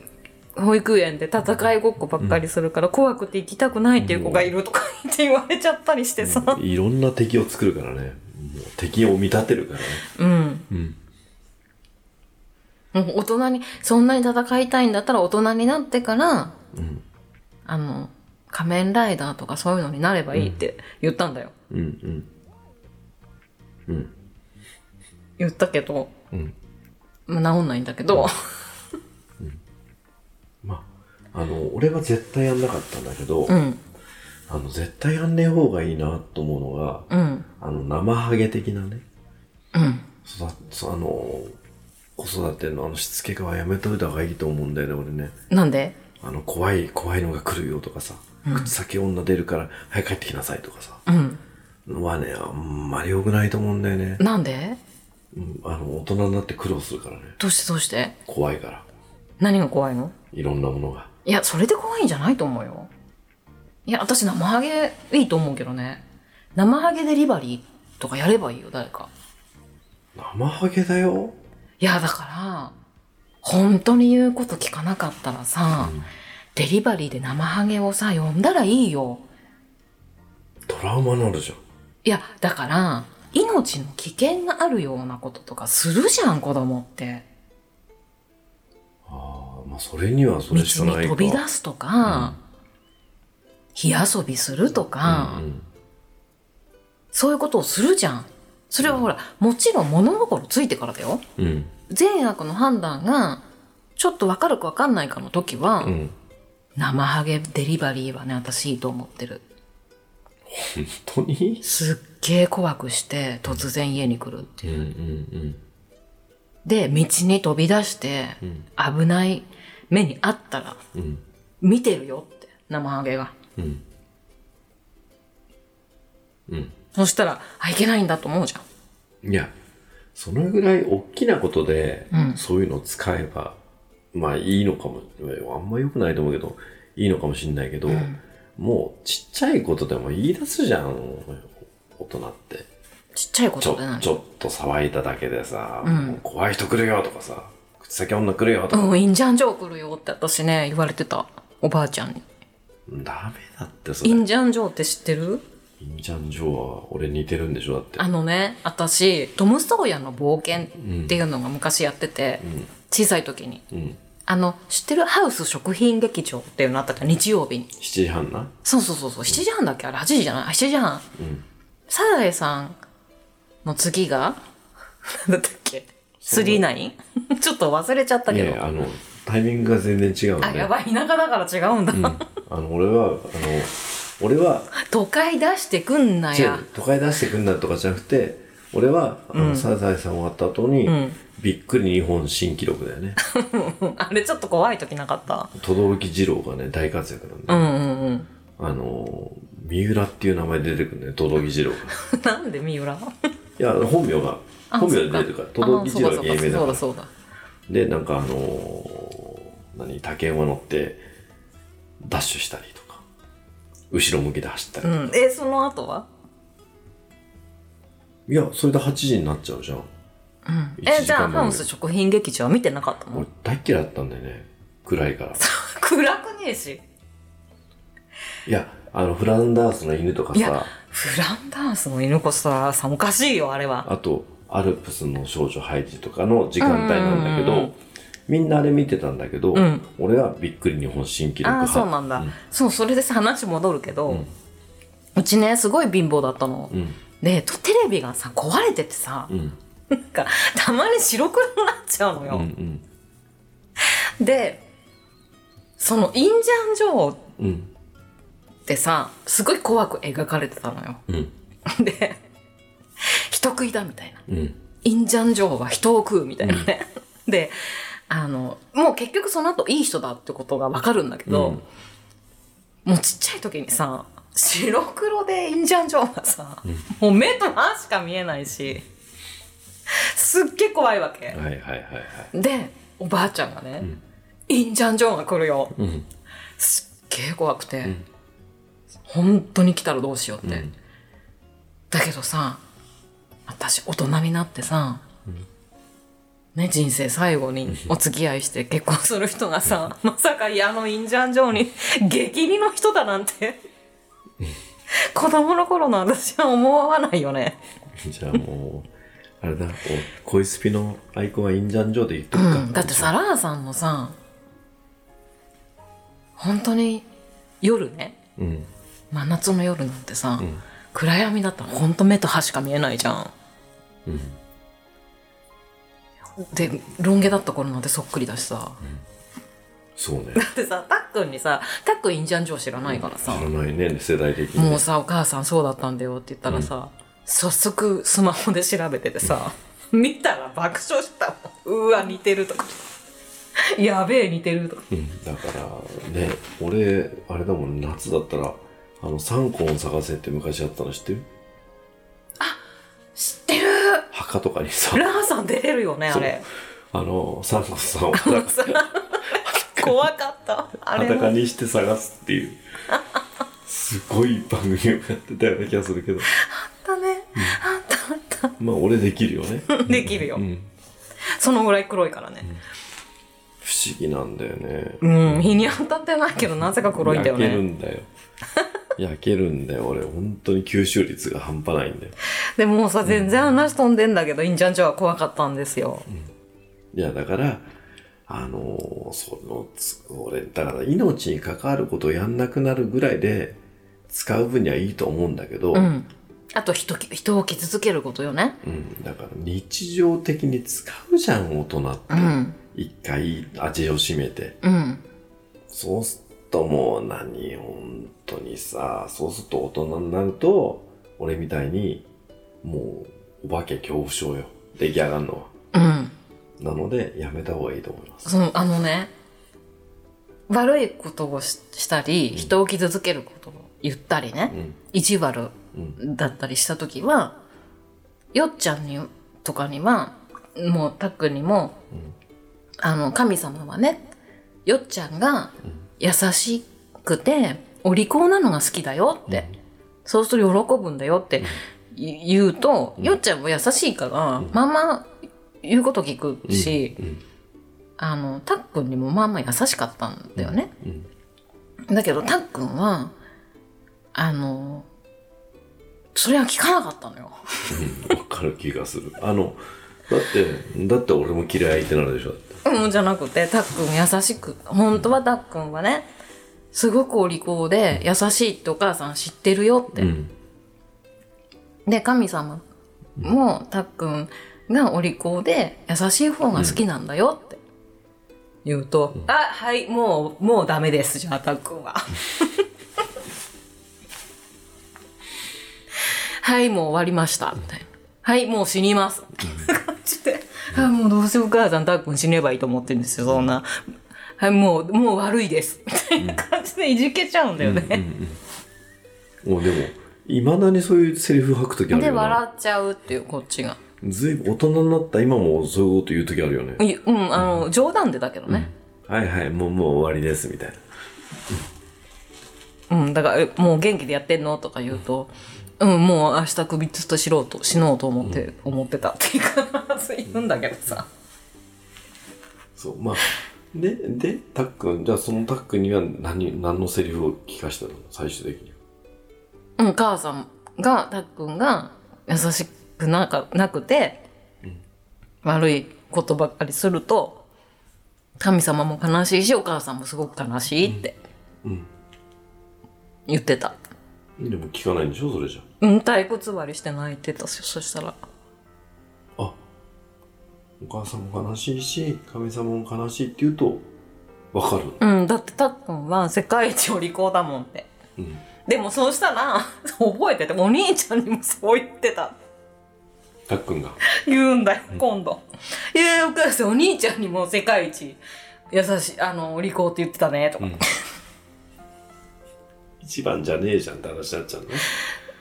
Speaker 2: 保育園で戦いごっこばっかりするから、怖くて行きたくないっていう子がいるとか言って言われちゃったりしてさ
Speaker 1: もういろんな敵を作るからねもう敵を見立てるからね
Speaker 2: うん、
Speaker 1: うん
Speaker 2: もう大人にそんなに戦いたいんだったら大人になってから
Speaker 1: うん
Speaker 2: あの仮面ライダーとかそういうのになればいいって言ったんだよ、
Speaker 1: うんうんうん
Speaker 2: 言ったけど、
Speaker 1: うん
Speaker 2: まあ、治んないんだけど、
Speaker 1: まああの俺は絶対やんなかったんだけど、
Speaker 2: うん、
Speaker 1: あの絶対やんねえ方がいいなと思うのが
Speaker 2: うん、
Speaker 1: あの生ハゲ的なね
Speaker 2: うん。
Speaker 1: 育そあの子育てのあのしつけがはやめといた方がいいと思うんだよね俺ね
Speaker 2: なんで
Speaker 1: あの怖い怖いのが来るよとかさ、口先女出るから早く帰ってきなさいとかさ
Speaker 2: うん。
Speaker 1: はねあんまり良くないと思うんだよね、
Speaker 2: なんで
Speaker 1: うん、あの大人になって苦労するからね
Speaker 2: どうしてどうして
Speaker 1: 怖いから
Speaker 2: 何が怖いの
Speaker 1: いろんなものが
Speaker 2: いや、それで怖いんじゃないと思うよ。いや、私生ハゲいいと思うけどね。生ハゲデリバリーとかやればいいよ、誰か。
Speaker 1: 生ハゲだよ
Speaker 2: いや、だから、本当に言うこと聞かなかったらさ、デリバリーで生ハゲをさ、呼んだらいいよ。
Speaker 1: トラウマになるじゃん
Speaker 2: いや、だから、命の危険があるようなこととかするじゃん、子供って。
Speaker 1: ああまあそれにはそ
Speaker 2: 道
Speaker 1: れ
Speaker 2: に
Speaker 1: しかないか
Speaker 2: 飛び出すとか、火遊びするとか、
Speaker 1: うんうん
Speaker 2: そういうことをするじゃん。それはほら、もちろん物心ついてからだよ。
Speaker 1: うん
Speaker 2: 善悪の判断が、ちょっとわかるかわかんないかの時は、
Speaker 1: うん
Speaker 2: 生ハゲデリバリーはね、私いいと思ってる。
Speaker 1: 本当に
Speaker 2: すっげえ怖くして、突然家に来るって
Speaker 1: う
Speaker 2: い
Speaker 1: ん
Speaker 2: う。
Speaker 1: うんうん
Speaker 2: で、道に飛び出して、危ない目にあったら、
Speaker 1: うん
Speaker 2: 見てるよって、生ハゲが。
Speaker 1: うん
Speaker 2: そしたら、あ、いけないんだと思うじゃん。
Speaker 1: いやそのぐらい大きなことで、そういうのを使えばまあいいのかもあんま良くないと思うけどいいのかもしんないけど、もうちっちゃいことでも言い出すじゃん大人って
Speaker 2: ちっちゃいこ
Speaker 1: ちょ
Speaker 2: とで何
Speaker 1: ちょっと騒いだだけでさ、
Speaker 2: うん
Speaker 1: もう怖い人来るよとかさ口先女来るよとか、
Speaker 2: うん、インジャンジョー来るよって私ね、言われてた。おばあちゃんに。
Speaker 1: ダメだってそれ
Speaker 2: インジャンジョーって知ってる
Speaker 1: インちゃんジョーは俺似てるんでしょだって
Speaker 2: あのね、私、トム・ソーヤの冒険っていうのが昔やってて、小さい時に。
Speaker 1: うん
Speaker 2: あの、知ってるハウス食品劇場っていうのあったじゃん、日曜日に。
Speaker 1: 7時半な
Speaker 2: そうそうそうそう、7時半だっけあれ、8時じゃないあ ?7 時半。
Speaker 1: ん
Speaker 2: サザエさんの次が、 (laughs) なんだったっけ ?39? ちょっと忘れちゃった
Speaker 1: い
Speaker 2: け
Speaker 1: やい
Speaker 2: ど。
Speaker 1: やあのタイミングが全然違う
Speaker 2: あ、
Speaker 1: の
Speaker 2: や
Speaker 1: ね
Speaker 2: ばい、田舎だから違うんだ。
Speaker 1: あの俺はあの俺は
Speaker 2: 都会出してくんな
Speaker 1: 違
Speaker 2: や
Speaker 1: う。都会出してくんなとかじゃなくて俺はあの、サザエさん終わった後に、びっくり日本新記録だよね
Speaker 2: うんあれちょっと怖い時なかった。
Speaker 1: 轟二郎がね大活躍なんで、
Speaker 2: うんうんうん。
Speaker 1: あの三浦っていう名前で出てくるんだよ轟二郎が
Speaker 2: (laughs) なんで三浦
Speaker 1: いや本名が
Speaker 2: あ
Speaker 1: 本名で出てるから轟二郎が芸名だ
Speaker 2: そ
Speaker 1: か
Speaker 2: うだ
Speaker 1: ら
Speaker 2: そうだ。
Speaker 1: でなんかあのー何竹馬乗ってダッシュしたりとか後ろ向きで走ったり、
Speaker 2: うん。え、その後はい
Speaker 1: やそれで8時になっちゃうじゃん
Speaker 2: うん。
Speaker 1: 一時間
Speaker 2: え、じゃあ、ハウス食品劇場は見てなかったの
Speaker 1: 俺大っ嫌いだったんだよね暗いから
Speaker 2: (laughs) 暗くねえし。
Speaker 1: いやあのフランダースの犬とか
Speaker 2: いや
Speaker 1: さ
Speaker 2: フランダンスの犬子さ、さ、おかしいよ、あれは。
Speaker 1: あとアルプスの少女ハイジとかの時間帯なんだけ
Speaker 2: うんうんう
Speaker 1: どみんなあれ見てたんだけど、
Speaker 2: ん
Speaker 1: 俺はびっくり日本新記録
Speaker 2: ああ、
Speaker 1: 派
Speaker 2: そうなんだ。そう、それでさ、話戻るけど、うちね、すごい貧乏だったの。
Speaker 1: うん
Speaker 2: で、とテレビがさ、壊れててさ、
Speaker 1: うん
Speaker 2: なんか、たまに白黒になっちゃうの
Speaker 1: うんう
Speaker 2: よ。
Speaker 1: ん
Speaker 2: で、その、インジャンジョー
Speaker 1: うん
Speaker 2: ってさ、すごい怖く描かれてたのよ。
Speaker 1: うん
Speaker 2: で、人食いだみたいな。
Speaker 1: うん
Speaker 2: インジャンジョーは人を食うみたいなね。 (laughs) で、あの、もう結局その後いい人だってことがわかるんだけど、もうちっちゃい時にさ、白黒でインジャンジョーはさ、もう目と歯しか見えないし、すっげえ怖いわけ。
Speaker 1: はいはいはいはい
Speaker 2: で、おばあちゃんがね、インジャンジョーが来るよ。
Speaker 1: うん
Speaker 2: すっげえ怖くて、本当に来たらどうしようって、だけどさ私大人になってさ、ね、人生最後にお付き合いして結婚する人がさまさかあのインジャン・ジョーに激似の人だなんて子供の頃の私は思わないよね。
Speaker 1: じゃあもう、あれだ、お恋スピのアイコンはインジャンジョーで言っとくか。
Speaker 2: うん、だってサラーさんもさ本当に夜ね
Speaker 1: うん。
Speaker 2: 真夏の夜なんてさ、
Speaker 1: ん
Speaker 2: 暗闇だったらほんと目と歯しか見えないじゃん。
Speaker 1: うん。
Speaker 2: でロン毛だった頃なんてそっくりだしさ、
Speaker 1: そうね。
Speaker 2: だってさたっくんにさたっくんインジャンジョー知らないから
Speaker 1: 知
Speaker 2: さ、
Speaker 1: らないね、世代的に。
Speaker 2: もうさお母さんそうだったんだよって言ったらさ、早速スマホで調べててさ、見たら爆笑したもんうわ似てるとかやべえ似てるとか
Speaker 1: うん、だからね、俺、あれだもん、夏だったら、あの、三ン探せって昔やったの知ってる
Speaker 2: 知ってる
Speaker 1: 墓とかにさ、 (laughs)
Speaker 2: ラーさん出れるよねあれ
Speaker 1: あの、三ンさんを裸
Speaker 2: 怖かったあれ
Speaker 1: 裸
Speaker 2: も
Speaker 1: にして探すっていう、すごい番組をやってたような気がするけど、
Speaker 2: あったねあったあっ
Speaker 1: まあ俺できるよね。
Speaker 2: た (laughs) できるよ、
Speaker 1: うん。
Speaker 2: そのぐらい黒いからね
Speaker 1: 不思議なんだよね。
Speaker 2: うん、日に当たってないけどなぜか黒いんだよね
Speaker 1: 焼けるんだよ焼けるんだよ俺本当に吸収率が半端ないんだよ
Speaker 2: でもうさ全然話飛んでんだけど、インジャンジョーは怖かったんですよ、
Speaker 1: いやだからあのーそのつ俺だから命に関わることをやんなくなるぐらいで使う分にはいいと思うんだけど、
Speaker 2: うんあと人人を傷つけることよね
Speaker 1: うんだから日常的に使うじゃん大人って、
Speaker 2: うん
Speaker 1: 一回味を占めて
Speaker 2: うん
Speaker 1: そうするともう何本当にさそうすると大人になると俺みたいにもうお化け恐怖症よ出来上がるのは
Speaker 2: うん
Speaker 1: なのでやめた方がいいと思います
Speaker 2: そのあのね悪いことをししたり人を傷つけることを言ったりね、
Speaker 1: うん
Speaker 2: 意地悪
Speaker 1: うん
Speaker 2: だったりした時はよっちゃんにとかにはもうたっくんにも
Speaker 1: うん
Speaker 2: 「あの神様はねよっちゃんが優しくてお利口なのが好きだよ」って、そうすると喜ぶんだよってい言うと、よっちゃんも優しいから、まあまあ言うこと聞くし、
Speaker 1: うん
Speaker 2: あのたっくんにもまあまあ優しかったんだよね。
Speaker 1: うん
Speaker 2: だけどたっくんはあのそれは聞かなかったのよ。 (laughs)
Speaker 1: うんわかる気がするあのだってだって俺も嫌いってなるでしょだって
Speaker 2: うん、じゃなくて、たっくん優しく、本当はたっくんはね、すごくお利口で優しいってお母さん知ってるよって。
Speaker 1: うん
Speaker 2: で、神様もたっくんがお利口で優しい方が好きなんだよって言うと、あ、はい、もう、もうダメです、じゃあたっくんは。はい、もう終わりました、みたいな。はい、もう死にます。感じで。あもうどうせお母さん、たっくん死ねばいいと思ってるんですよ、そんな。はい、もう、もう悪いです。みたいな感じでいじけちゃうんだよね。
Speaker 1: もうでもいまだにそういうセリフ吐く時ある
Speaker 2: で、
Speaker 1: よな
Speaker 2: 笑っちゃうっていう、こっちが。
Speaker 1: ずいぶん大人になった今もそういうこと言う時あるよね、
Speaker 2: いうん、あの、冗談でだけどね。
Speaker 1: はいはいもうもう終わりですみたいな
Speaker 2: うん、だから、えもう元気でやってんのとか言うと、うん、もう明日首つとしろうと、死のうと思って、思ってたって必ず言うんだけどさ。
Speaker 1: そうまあででたっくんじゃあそのたっくんには何何のセリフを聞かしたの最終的には
Speaker 2: うん、お母さんが、たっくんが優しくなんかなくて、悪いことばっかりすると、神様も悲しいし、お母さんもすごく悲しいって
Speaker 1: うん、
Speaker 2: 言ってた。
Speaker 1: でも聞かないんでしょそれじゃ
Speaker 2: うん、体育座りして泣いてたし、そしたら。
Speaker 1: あお母さんも悲しいし神様も悲しいって言うとわかる
Speaker 2: うん、だってたっくんは世界一お利口だもんって。
Speaker 1: うん
Speaker 2: でもそうしたら (laughs) 覚えててお兄ちゃんにもそう言ってた
Speaker 1: たっくんが
Speaker 2: 言うんだよ今度「いやお母さんお兄ちゃんにも世界一優しいあのお利口って言ってたね」とか
Speaker 1: (laughs) 一番じゃねえじゃんって話になっちゃうね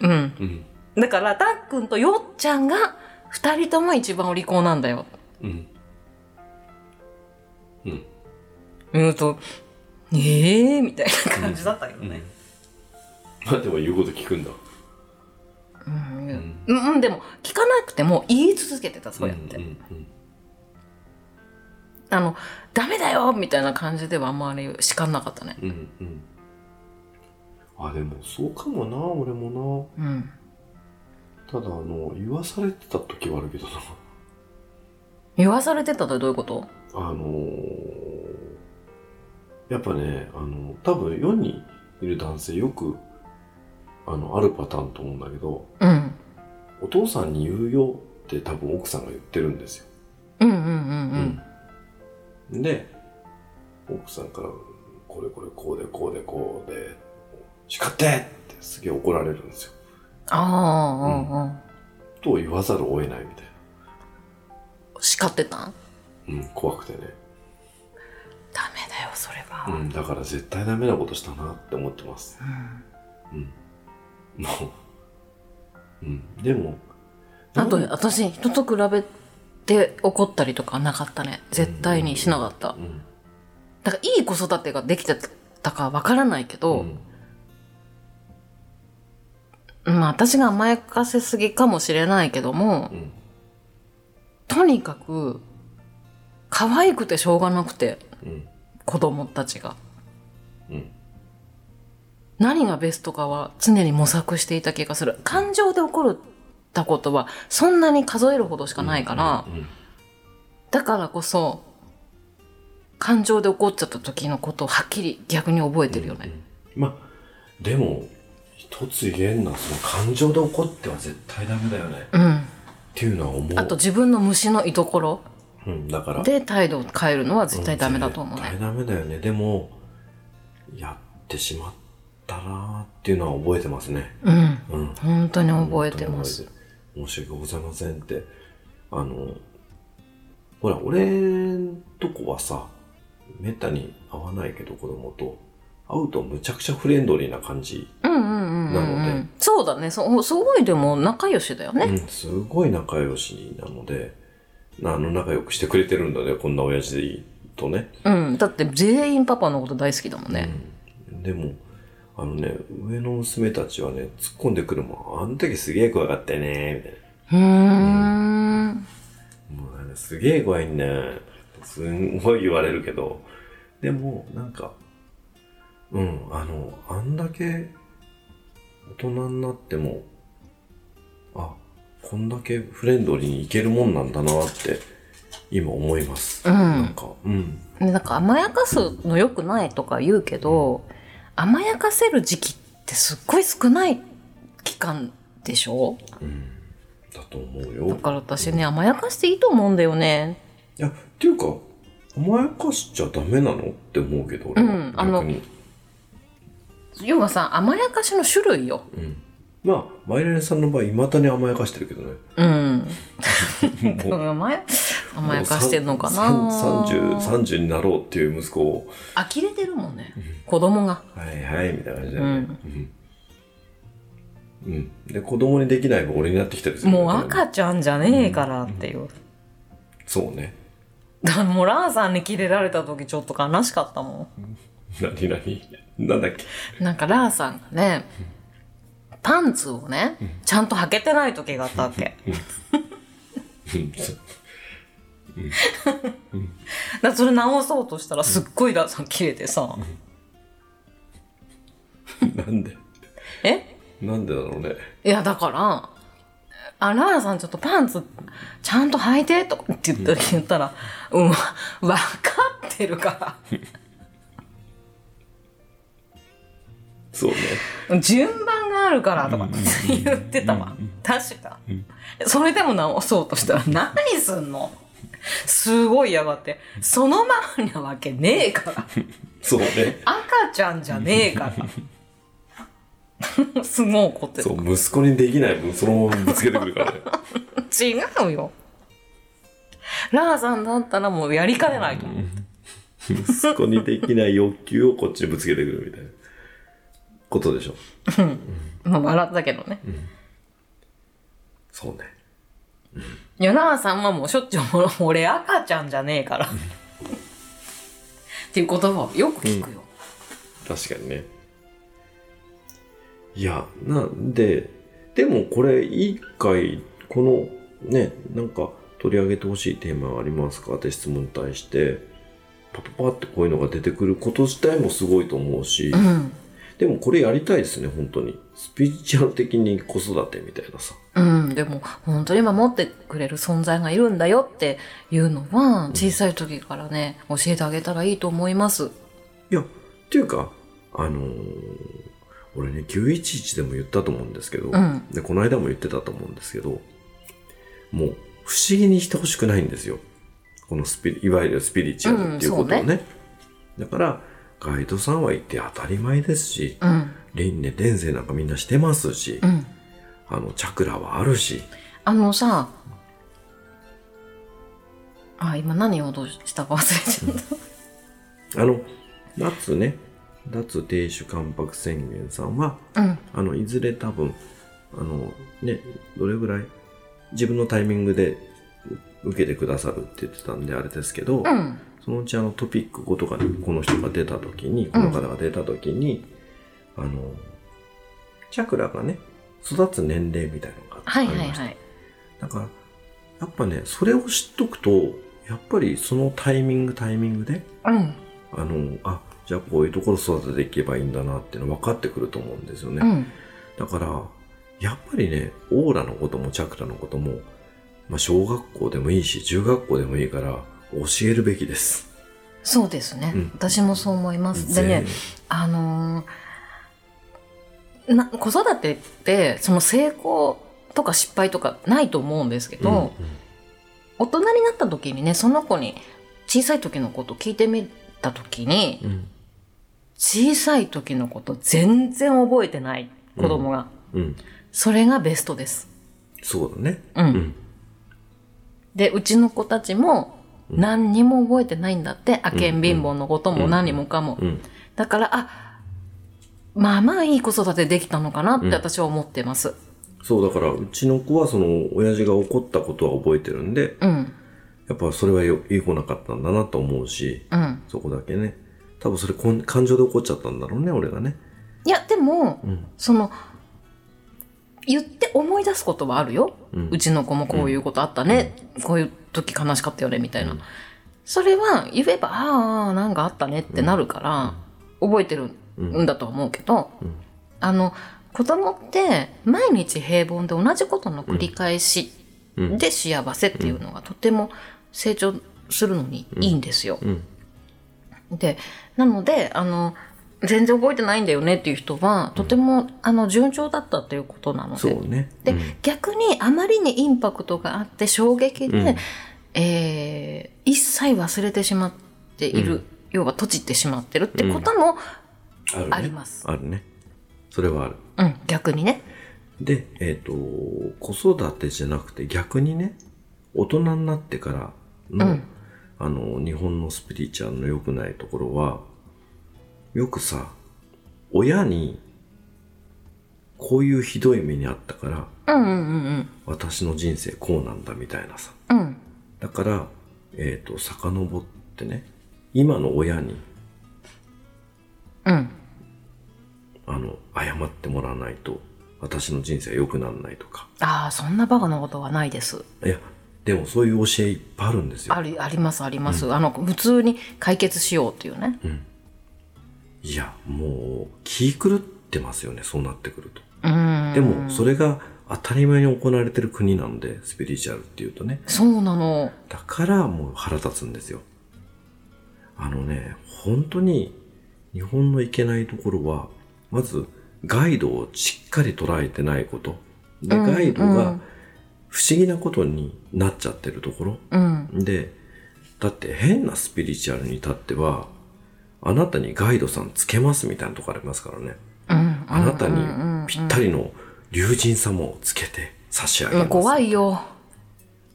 Speaker 2: うん、
Speaker 1: うん
Speaker 2: だからたっくんとよっちゃんが2人とも一番お利口なんだよ
Speaker 1: うんうん
Speaker 2: 言うと「ええー」みたいな感じだったけどね、
Speaker 1: まあでも言うこと聞くんだ
Speaker 2: うん、うんでも聞かなくても言い続けてたそうやって、
Speaker 1: んうん
Speaker 2: あのダメだよみたいな感じではあんまり叱んなかったね
Speaker 1: うんうんうんあでもそうかもな俺も
Speaker 2: うん
Speaker 1: なただあの言わされてた時はあるけどな
Speaker 2: 言わされてたってどういうこと
Speaker 1: あのーやっぱねあの多分世にいる男性よくあのあるパターンと思うんだけど
Speaker 2: うん
Speaker 1: お父さんに言うよって多分奥さんが言ってるんですよ
Speaker 2: うんうんうん
Speaker 1: で奥さんから「これこれこうでこうでこうで叱って!」ってすげえ怒られるんですよ。
Speaker 2: ああああ
Speaker 1: と言わざるを得ないみたい
Speaker 2: 叱ってたん
Speaker 1: な、うん、怖くてね、
Speaker 2: ダメだよそれは、
Speaker 1: うん、だから絶対ダメなことしたなって思ってます。
Speaker 2: うん
Speaker 1: うん、もう、うん、でも
Speaker 2: あと
Speaker 1: なんか
Speaker 2: 私人と比べて怒ったりとかなかったね絶対にしなかった、
Speaker 1: うん
Speaker 2: だからいい子育てができてたかわからないけど、
Speaker 1: うん
Speaker 2: まあ私が甘やかせすぎかもしれないけども
Speaker 1: うん
Speaker 2: とにかく可愛くてしょうがなくて
Speaker 1: うん
Speaker 2: 子供たちが
Speaker 1: うん
Speaker 2: 何がベストかは常に模索していた気がする感情で起こったことはそんなに数えるほどしかないから、
Speaker 1: うんうん
Speaker 2: だからこそ感情で怒っちゃった時のことをはっきり逆に覚えてるよね、
Speaker 1: うんまあでも一つ言えんなその感情で怒っては絶対ダメだよね
Speaker 2: うん
Speaker 1: っていうのは思う
Speaker 2: あと自分の虫の居所
Speaker 1: うん、だから
Speaker 2: で態度を変えるのは絶対ダメだと思う
Speaker 1: 絶
Speaker 2: ね、
Speaker 1: 対ダメだよねでもやってしまったなーっていうのは覚えてますね
Speaker 2: うん
Speaker 1: うん
Speaker 2: 本当に覚えてます
Speaker 1: 申し訳ございませんってあのほら俺んとこはさめったに会わないけど子供と会うとむちゃくちゃフレンドリーな感じ
Speaker 2: うんうんうん、うん、
Speaker 1: なので
Speaker 2: そうだねそうすごいでも仲良しだよね、
Speaker 1: うん、すごい仲良しなので、あの、仲良くしてくれてるんだね、こんな親父とね。
Speaker 2: うんだって全員パパのこと大好きだもんね、
Speaker 1: うんでも、あのね、上の娘たちはね、突っ込んでくるもん。あの時すげえ怖かったよね、みたいう
Speaker 2: ーん
Speaker 1: な。もうなんかすげえ怖いんだよ。すんごい言われるけど。でも、なんか、うん、あの、あんだけ大人になっても、あ、こんだけフレンドリーにいけるもんなんだなって、今思います。
Speaker 2: うん
Speaker 1: なんか、うん。
Speaker 2: ねなんか甘やかすの良くないとか言うけど、甘やかせる時期ってすっごい少ない期間でしょ
Speaker 1: うん。だと思う
Speaker 2: だ
Speaker 1: よ。
Speaker 2: から私ね、甘やかしていいと思うんだよね。
Speaker 1: いや、っていうか、甘やかしちゃダメなのって思うけど、俺は
Speaker 2: うんあの
Speaker 1: 逆に。
Speaker 2: 要はさ、甘やかしの種類よ。
Speaker 1: うん。まあ、マイレネさんの場合、未だに甘やかしてるけどね。
Speaker 2: うん。
Speaker 1: もう
Speaker 2: 甘や甘やかしてんのかな
Speaker 1: もうさん30、30になろうっていう息子を、
Speaker 2: 呆れてるもんね。子供が。
Speaker 1: はいはい、みたいな感じだよね。うん。うん。で、子供にできない分俺になってきたりする
Speaker 2: もう
Speaker 1: わけだよね
Speaker 2: 赤ちゃんじゃねえからっていう。
Speaker 1: そうね。
Speaker 2: だから (laughs) もうラーさんにキレられた時ちょっと悲しかったもん。
Speaker 1: なになになんだっけ
Speaker 2: なんかラーさんがね、パンツをね、ちゃんと履けてない時があったわけ。
Speaker 1: うんそう
Speaker 2: だからそれ直そうとしたらすっごいラーさん切れてさ、
Speaker 1: なんで
Speaker 2: え
Speaker 1: なんでだろうね。
Speaker 2: いやだから、あ、ラーさんちょっとパンツちゃんと履いてとかって言ったら、言ったらうん、わわかってるか
Speaker 1: そうね。
Speaker 2: ら、順番があるからとかって言ってたわ。確か。それでも直そうとしたら何すんのすごいやがって、そのままなわけねえから。
Speaker 1: そうね。
Speaker 2: 赤ちゃんじゃねえからすごい怒って
Speaker 1: そ
Speaker 2: る
Speaker 1: う、息子にできない分、そのままぶつけてくるからね。
Speaker 2: 違うよラーさんだったらもうやりかねないと思う、
Speaker 1: 息子にできない欲求をこっちにぶつけてくるみたいなことでしょ。
Speaker 2: まあ笑ったけどね、
Speaker 1: そうね。
Speaker 2: いやラーさんはもうしょっちゅう「俺赤ちゃんじゃねえから」っていう言葉をよく聞くよ、
Speaker 1: 確かにね。いや、なんで、でもこれ一回このねなんか取り上げてほしいテーマはありますかって質問に対してパパパってこういうのが出てくること自体もすごいと思うし、
Speaker 2: うん
Speaker 1: でもこれやりたいですね本当にスピリチュアル的に子育てみたいなさ
Speaker 2: うん、でも本当に守ってくれる存在がいるんだよっていうのは小さい時からね教えてあげたらいいと思います。
Speaker 1: いやっていうかあのー俺ね911でも言ったと思うんですけど、
Speaker 2: うん
Speaker 1: でこの間も言ってたと思うんですけどもう不思議にしてほしくないんですよこのスピリいわゆるスピリチュアルっていうことをね,、
Speaker 2: うん
Speaker 1: だからガイドさんはいて当たり前ですし
Speaker 2: うん、
Speaker 1: 輪廻転生なんかみんなしてますし、
Speaker 2: うん。
Speaker 1: あのチャクラはあるし
Speaker 2: あのさ、あ、今何をどうしたか忘れちゃっ
Speaker 1: あの夏ね夏亭主関白宣言さんは
Speaker 2: た。うん、
Speaker 1: あのいずれ多分あのねどれぐらい自分のタイミングで受けてくださるって言ってたんであれですけど、
Speaker 2: うん、
Speaker 1: そのうちあのトピック5とかでこの人が出た時にこの方が出た時に、あのチャクラがね育つ年齢みたいなのがあ
Speaker 2: はい
Speaker 1: りまし
Speaker 2: は
Speaker 1: た、
Speaker 2: いはい。
Speaker 1: だからやっぱねそれを知っとくとやっぱりそのタイミングタイミングで
Speaker 2: うん、
Speaker 1: あのあじゃあこういうところ育てていけばいいんだなっていうの分かってくると思うんですよね、
Speaker 2: うん、
Speaker 1: だから、やっぱりね、オーラのこともチャクラのことも、まあ、小学校でもいいし、中学校でもいいから、教えるべきです。
Speaker 2: そうですね、
Speaker 1: うん
Speaker 2: 私もそう思います。で
Speaker 1: 全
Speaker 2: ね、あのーな子育てってその成功とか失敗とかないと思うんですけ
Speaker 1: うん
Speaker 2: ど、大人になった時にねその子に小さい時のこと聞いてみた時に
Speaker 1: うん
Speaker 2: 小さい時のこと全然覚えてない子供が、
Speaker 1: うんうん
Speaker 2: それがベストです、
Speaker 1: そうだね。
Speaker 2: うん
Speaker 1: ん
Speaker 2: でうちの子たちも
Speaker 1: うん
Speaker 2: 何にも覚えてないんだってあけん貧乏のこと
Speaker 1: う
Speaker 2: も
Speaker 1: ん
Speaker 2: 何もかも、
Speaker 1: うん。
Speaker 2: だからあまあまあいい子育てできたのかなって
Speaker 1: うん
Speaker 2: 私は思ってます
Speaker 1: そう、だから、うちの子は、その、親父が怒ったことは覚えてるんで、
Speaker 2: うん
Speaker 1: やっぱそれはよいい子なかったんだなと思うし、
Speaker 2: うん
Speaker 1: そこだけね。多分それこん、感情で怒っちゃったんだろうね、俺がね。
Speaker 2: いやでも
Speaker 1: うん。
Speaker 2: その言って思い出すことはあるよ
Speaker 1: うん
Speaker 2: うちの子もこういうことあったね、こういう時悲しかったよねみたいな、それは言えばああなんかあったねってなるから、覚えてるんだとは思うけど、
Speaker 1: うん
Speaker 2: あの子供って毎日平凡で同じことの繰り返し
Speaker 1: うん
Speaker 2: で幸せっていうのがとても成長するのにいいんですよ。
Speaker 1: うん。
Speaker 2: でなのであの全然覚えてないんだよねっていう人はとても、あの順調だったっていうことなので
Speaker 1: そうね。
Speaker 2: で、
Speaker 1: うん
Speaker 2: 逆にあまりにインパクトがあって衝撃で、
Speaker 1: うん
Speaker 2: えー一切忘れてしまっている、
Speaker 1: うん
Speaker 2: 要は閉じてしまってるってことも、
Speaker 1: あるね
Speaker 2: あります
Speaker 1: あるね。それはある。
Speaker 2: うん逆にね
Speaker 1: で、えっ、と、子育てじゃなくて逆にね、大人になってからの、
Speaker 2: うん
Speaker 1: あの、日本のスピリチュアルの良くないところは、よくさ、親に、こういうひどい目にあったから、
Speaker 2: うんうんうん
Speaker 1: 私の人生こうなんだみたいなさ。
Speaker 2: うんうん
Speaker 1: だから、えっ、と、遡ってね、今の親に、
Speaker 2: うん
Speaker 1: あの、謝ってもらわないと、私の人生は良くならないとか。
Speaker 2: ああそんなバカなことはないです
Speaker 1: いや、でもそういう教えいっぱいあるんですよ
Speaker 2: あ。りありますあります、あの普通に解決しようっていうね
Speaker 1: いや、もう、気狂ってますよね、そうなってくると。
Speaker 2: うん
Speaker 1: でも、それが当たり前に行われてる国なんで、スピリチュアルっていうとね。
Speaker 2: そうなの
Speaker 1: だから、もう腹立つんですよ。あのね、本当に、日本のいけないところは、まず、ガイドをしっかり捉えてないこと。で、
Speaker 2: うん
Speaker 1: ガイド
Speaker 2: う
Speaker 1: が
Speaker 2: ん、
Speaker 1: 不思議なことになっちゃってるところ。
Speaker 2: うん
Speaker 1: で、だって変なスピリチュアルに至っては、あなたにガイドさんつけますみたいなとこありますからね。
Speaker 2: うん
Speaker 1: あなた
Speaker 2: うんうんうん
Speaker 1: にぴったりの竜神様をつけて差し上げ
Speaker 2: う
Speaker 1: ま
Speaker 2: ん
Speaker 1: す。
Speaker 2: 怖いよ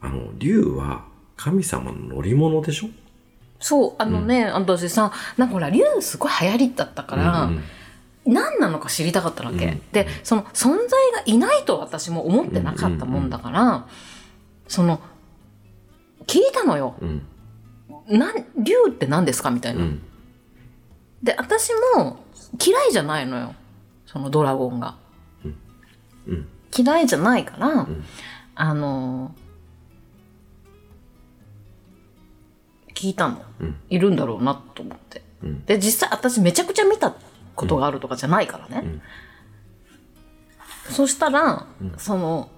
Speaker 1: あの、竜は神様の乗り物でしょ
Speaker 2: そうあのね、私さなんかほら竜すごい流行りだったから、
Speaker 1: うんうん
Speaker 2: 何なのか知りたかったわけ、
Speaker 1: うん
Speaker 2: でその存在がいないと私も思ってなかったもんだから、その聞いたのよ
Speaker 1: うん。
Speaker 2: 「なん竜って何ですか?」みたいうな。
Speaker 1: ん。
Speaker 2: で私も嫌いじゃないのよそのドラゴンが。
Speaker 1: うん
Speaker 2: 嫌いじゃないから、
Speaker 1: ん
Speaker 2: あの聞いたの、
Speaker 1: うん
Speaker 2: いるんだろうなと思って、
Speaker 1: うん
Speaker 2: で実際私めちゃくちゃ見たことがあるとかじゃないからね、
Speaker 1: ん
Speaker 2: そしたら、その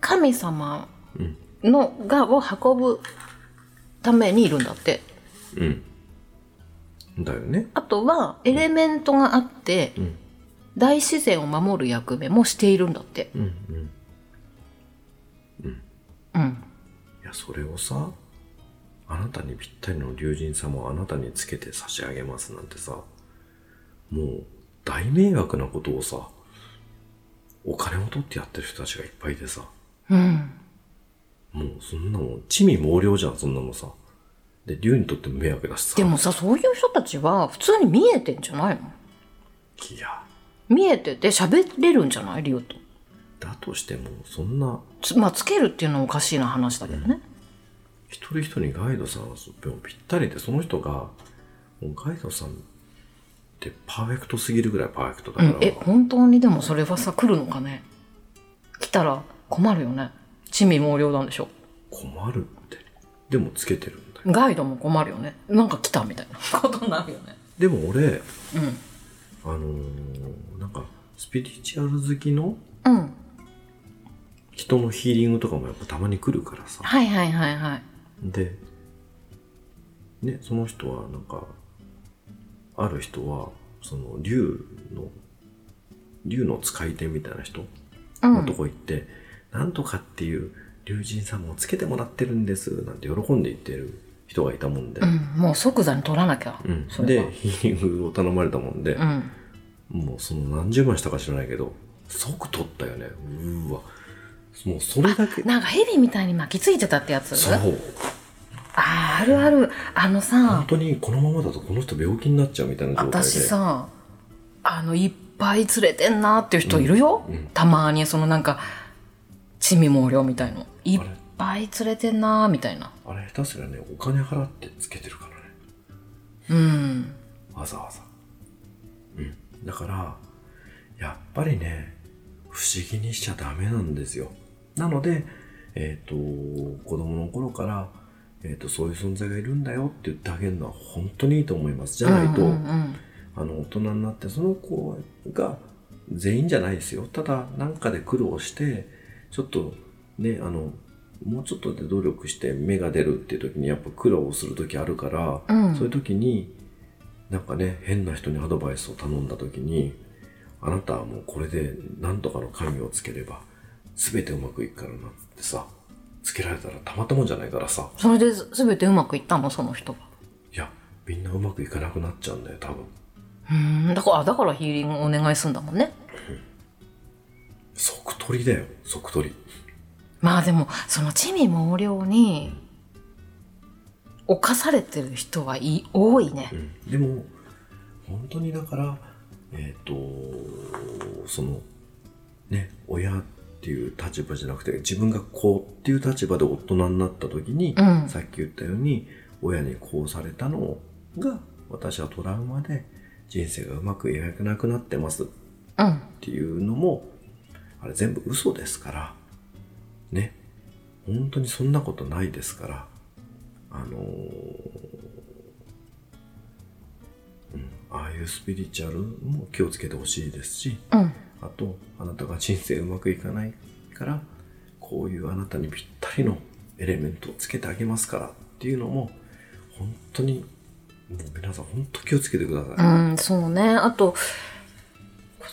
Speaker 2: 神様のがを運ぶためにいるんだって
Speaker 1: だよね。
Speaker 2: あとはエレメントがあって、
Speaker 1: ん
Speaker 2: 大自然を守る役目もしているんだって
Speaker 1: うんうん。
Speaker 2: うん
Speaker 1: いや、それをさ、あなたにぴったりの龍神様をあなたにつけて差し上げますなんてさ、もう大迷惑なことをさ、お金を取ってやってる人たちがいっぱいでさ、
Speaker 2: うん
Speaker 1: もうそんなもん、地味猛量じゃん、そんなのさ。で、龍にとっても迷惑だしさ。
Speaker 2: でもさそういう人たちは普通に見えてんじゃないの
Speaker 1: いや、
Speaker 2: 見えてて喋れるんじゃないリオと
Speaker 1: だとしても、そんな、
Speaker 2: つまあつけるっていうのもおかしいな話だけどね、
Speaker 1: 一人一人ガイドさんはぴったりで、その人が、もうガイドさんってパーフェクトすぎるぐらいパーフェクトだ
Speaker 2: う
Speaker 1: から
Speaker 2: ん、、え本当にでもそれはさ来るのかね来たら困るよね地味猛量なんでしょ
Speaker 1: 困るって。でもつけてるんだよ。
Speaker 2: ガイドも困るよねなんか来たみたいなことになるよね
Speaker 1: でも俺、
Speaker 2: うん
Speaker 1: あのーなんか、スピリチュアル好きの
Speaker 2: うん
Speaker 1: 人のヒーリングとかもやっぱたまに来るからさ。
Speaker 2: はいはいはいはい
Speaker 1: で、ね、その人はなんか、ある人は、その竜の、竜の使い手みたいな人
Speaker 2: うん
Speaker 1: のとこ行って、なんとかっていう竜神様をつけてもらってるんです、なんて喜んで言ってる人がいたもんで
Speaker 2: う、ん、もう即座に取らなきゃ、
Speaker 1: うん
Speaker 2: それは
Speaker 1: で、ヒーリングを頼まれたもんで
Speaker 2: う、ん
Speaker 1: もうその何十万したか知らないけど、即取ったよね。うーわ。もうそれだけ、
Speaker 2: なんかヘビみたいに巻きついてたってやつ
Speaker 1: そう。
Speaker 2: あーあるあるあのさ
Speaker 1: 本当にこのままだとこの人病気になっちゃうみたいな状態で。
Speaker 2: 私さあのいっぱい連れてんなっていう人いるよ、たまにそのなんか地味猛量みたいのいっぱい連れてんなみたいな
Speaker 1: あれ下手すりゃねお金払ってつけてるからね
Speaker 2: うん
Speaker 1: わざわざうんだからやっぱりね不思議にしちゃダメなんですよなのでえっ、と子供の頃から、えー、とそういう存在がいるんだよって言ってあげるのは本当にいいと思いますじゃないと、
Speaker 2: うんうん
Speaker 1: あの大人になってその子が全員じゃないですよただ何かで苦労してちょっとねあのもうちょっとで努力して芽が出るっていう時にやっぱ苦労する時あるから、
Speaker 2: うん
Speaker 1: そういう時になんかね変な人にアドバイスを頼んだ時にあなたはもうこれで何とかの神をつければ全てうまくいくからなってさつけられたらたまったもんじゃないからさ
Speaker 2: それで全てうまくいったのその人はい
Speaker 1: やみんなうまくいかなくなっちゃうんだよ多分
Speaker 2: うんだからあだからヒーリングお願いすんだもんね
Speaker 1: 即取りだよ即取り
Speaker 2: まあでもその地味猛量に侵されてる人はい多いね、
Speaker 1: うんでも本当にだからえっ、とそのね親っていう立場じゃなくて自分がこうっていう立場で大人になった時に、
Speaker 2: うん
Speaker 1: さっき言ったように親にこうされたのが私はトラウマで人生がうまくいかなくなってますっ
Speaker 2: うん、
Speaker 1: っていうのもあれ全部嘘ですからね本当にそんなことないですからあのーうん、ああいうスピリチュアルも気をつけてほしいですし
Speaker 2: うん、
Speaker 1: あとあなたが人生うまくいかないからこういうあなたにぴったりのエレメントをつけてあげますからっていうのも本当にもう皆さん本当気をつけてください。
Speaker 2: うん、そうね。あと、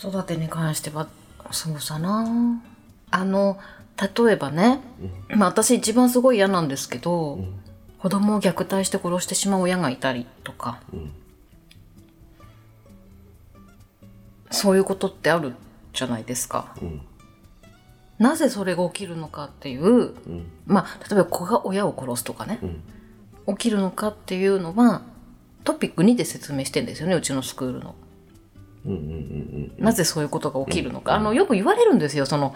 Speaker 2: 子育てに関しては、そうさな。あの、例えばね、まあ私一番すごい嫌なんですけど、子供を虐待して殺してしまう親がいたりとか、
Speaker 1: うん
Speaker 2: そういうことってあるじゃないですか。
Speaker 1: うん
Speaker 2: なぜそれが起きるのかっていう、
Speaker 1: うん
Speaker 2: まあ、例えば子が親を殺すとかね
Speaker 1: う、ん
Speaker 2: 起きるのかっていうのは、トピック2で説明してんですよね、うちのスクールの。
Speaker 1: うんうんうん
Speaker 2: なぜそういうことが起きるのか、あのよく言われるんですよその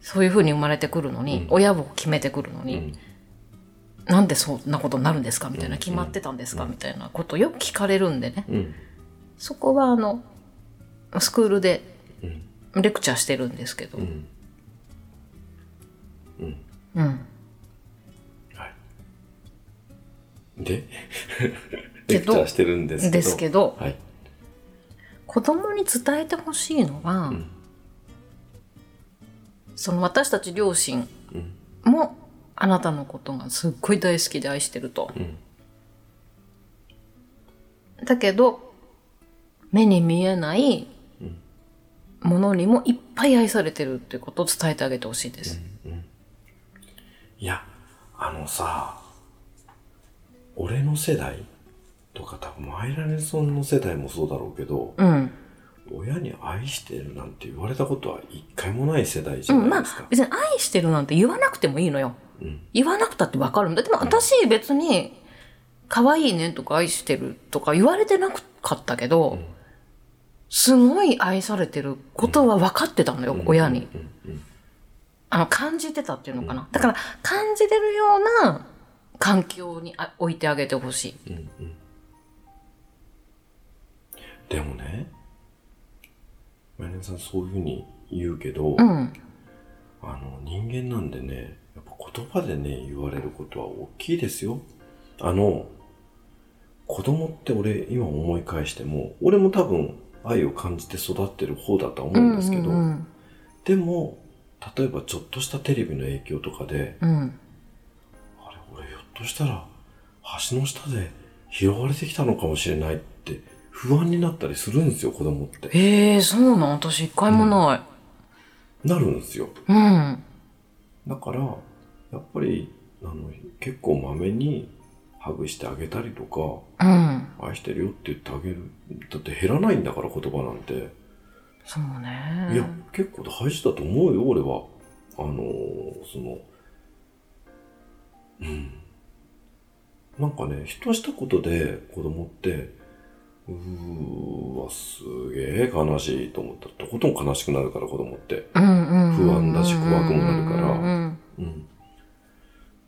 Speaker 2: そういうふうに生まれてくるのに、親を決めてくるの
Speaker 1: う
Speaker 2: に、
Speaker 1: ん
Speaker 2: なんでそんなことになるんですかみたいな、決まってたんですか、みたいなことよく聞かれるんでね
Speaker 1: うん
Speaker 2: そこはあのスクールで
Speaker 1: うん
Speaker 2: レクチャーしてるんですけど、
Speaker 1: うんうん
Speaker 2: うん、
Speaker 1: で
Speaker 2: けど
Speaker 1: レクチャーしてるんですけど
Speaker 2: ですけど
Speaker 1: はい
Speaker 2: 子供に伝えてほしいのは、
Speaker 1: ん
Speaker 2: その私たち両親
Speaker 1: うん
Speaker 2: もあなたのことがすっごい大好きで愛してると。
Speaker 1: うん
Speaker 2: だけど目に見えないものにもいっぱい愛されてるってことを伝えてあげてほしいです。
Speaker 1: いやあのさ俺の世代とか多分マイラネソンの世代もそうだろうけど、
Speaker 2: うん、
Speaker 1: 親に愛してるなんて言われたことは一回もない世代じ
Speaker 2: う
Speaker 1: ゃ
Speaker 2: ん、
Speaker 1: な
Speaker 2: ま
Speaker 1: い
Speaker 2: あ
Speaker 1: ですか、
Speaker 2: 別に愛してるなんて言わなくてもいいのよ。
Speaker 1: うん
Speaker 2: 言わなくたってわかるんだ。でも私別に可愛いねとか愛してるとか言われてなかったけど、
Speaker 1: ん
Speaker 2: すごい愛されてることは分かってたのよ、親に。
Speaker 1: うんうん
Speaker 2: あの、感じてたっていうのかな。だから感じてるような環境にあ置いてあげてほしい。
Speaker 1: うんうんでもねマイラネさんそういうふうに言うけど、
Speaker 2: うん。
Speaker 1: あの人間なんでねやっぱ言葉でね言われることは大きいですよあの子供って俺今思い返しても俺も多分愛を感じて育ってる方だとは思うんですけど、
Speaker 2: うんうん
Speaker 1: でも例えばちょっとしたテレビの影響とかで
Speaker 2: うんうん
Speaker 1: あれ俺ひょっとしたら橋の下で拾われてきたのかもしれないって不安になったりするんですよ子供って
Speaker 2: ええそうなん私一回もない。
Speaker 1: なるんですよ
Speaker 2: うん。
Speaker 1: だからやっぱりあの結構まめにハグしてあげたりとか
Speaker 2: うん。
Speaker 1: 愛してるよって言ってあげるだって減らないんだから言葉なんて、
Speaker 2: そうね。
Speaker 1: いや結構大事だと思うよ俺はあのーそのうんなんかねひとしたことで子供ってうーわすげえ悲しいと思ったらとことん悲しくなるから子供って
Speaker 2: うんうんうん
Speaker 1: 不安だし怖くもなるから
Speaker 2: うんうん
Speaker 1: うん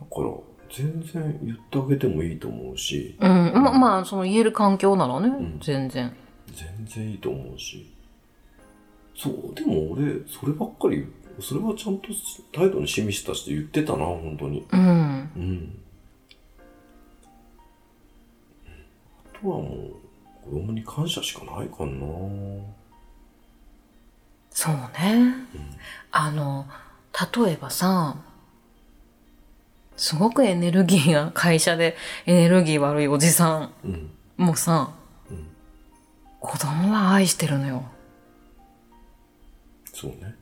Speaker 1: だから全然言ってあげてもいいと思うし
Speaker 2: うん、ままあその言える環境ならね、
Speaker 1: ん
Speaker 2: 全然
Speaker 1: 全然いいと思うしそうでも俺そればっかりそれはちゃんと態度に示したして言ってたな本当に
Speaker 2: うん
Speaker 1: うんあとはもう子供に感謝しかないかな
Speaker 2: そうねあの例えばさすごくエネルギーが会社でエネルギー悪いおじさん
Speaker 1: うん
Speaker 2: もさ、
Speaker 1: うん
Speaker 2: 子供は愛してるのよ
Speaker 1: そうね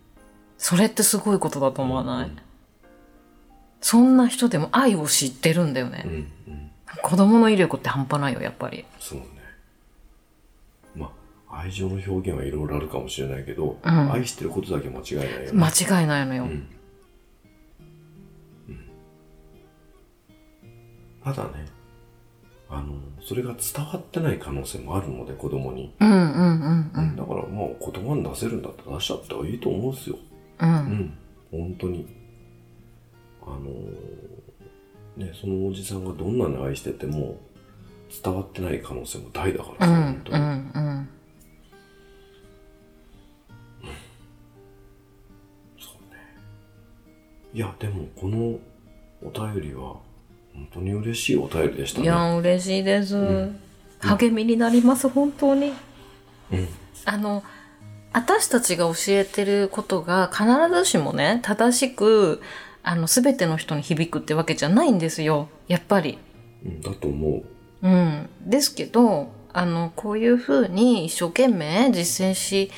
Speaker 2: それってすごいことだと思わない、
Speaker 1: うん
Speaker 2: そんな人でも愛を知ってるんだよね、
Speaker 1: うんうん
Speaker 2: 子供の威力って半端ないよやっぱり
Speaker 1: そうねまあ愛情の表現はいろいろあるかもしれないけど、
Speaker 2: ん
Speaker 1: 愛してることだけ間違いないよね
Speaker 2: 間違いないのよ、
Speaker 1: うんうんただねあのそれが伝わってない可能性もあるので子供に、
Speaker 2: うんうんうんうん
Speaker 1: だからまあ言葉に出せるんだったら出しちゃった方がいいと思うんですよう
Speaker 2: う
Speaker 1: んん本当にあのーねそのおじさんがどんなに愛してても伝わってない可能性も大だから
Speaker 2: う
Speaker 1: さ、
Speaker 2: ん
Speaker 1: 本当
Speaker 2: う
Speaker 1: に
Speaker 2: んうん
Speaker 1: そうね。いや、でもこのお便りは、本当に嬉しいお便りでした
Speaker 2: い
Speaker 1: ね。
Speaker 2: や嬉しいです、
Speaker 1: ん
Speaker 2: 励みになります本当に
Speaker 1: うん。
Speaker 2: あの私たちが教えてることが必ずしもね正しくあの全ての人に響くってわけじゃないんですよやっぱり。
Speaker 1: うん、だと思
Speaker 2: うん、ですけどあのこういうふうに一生懸命実践し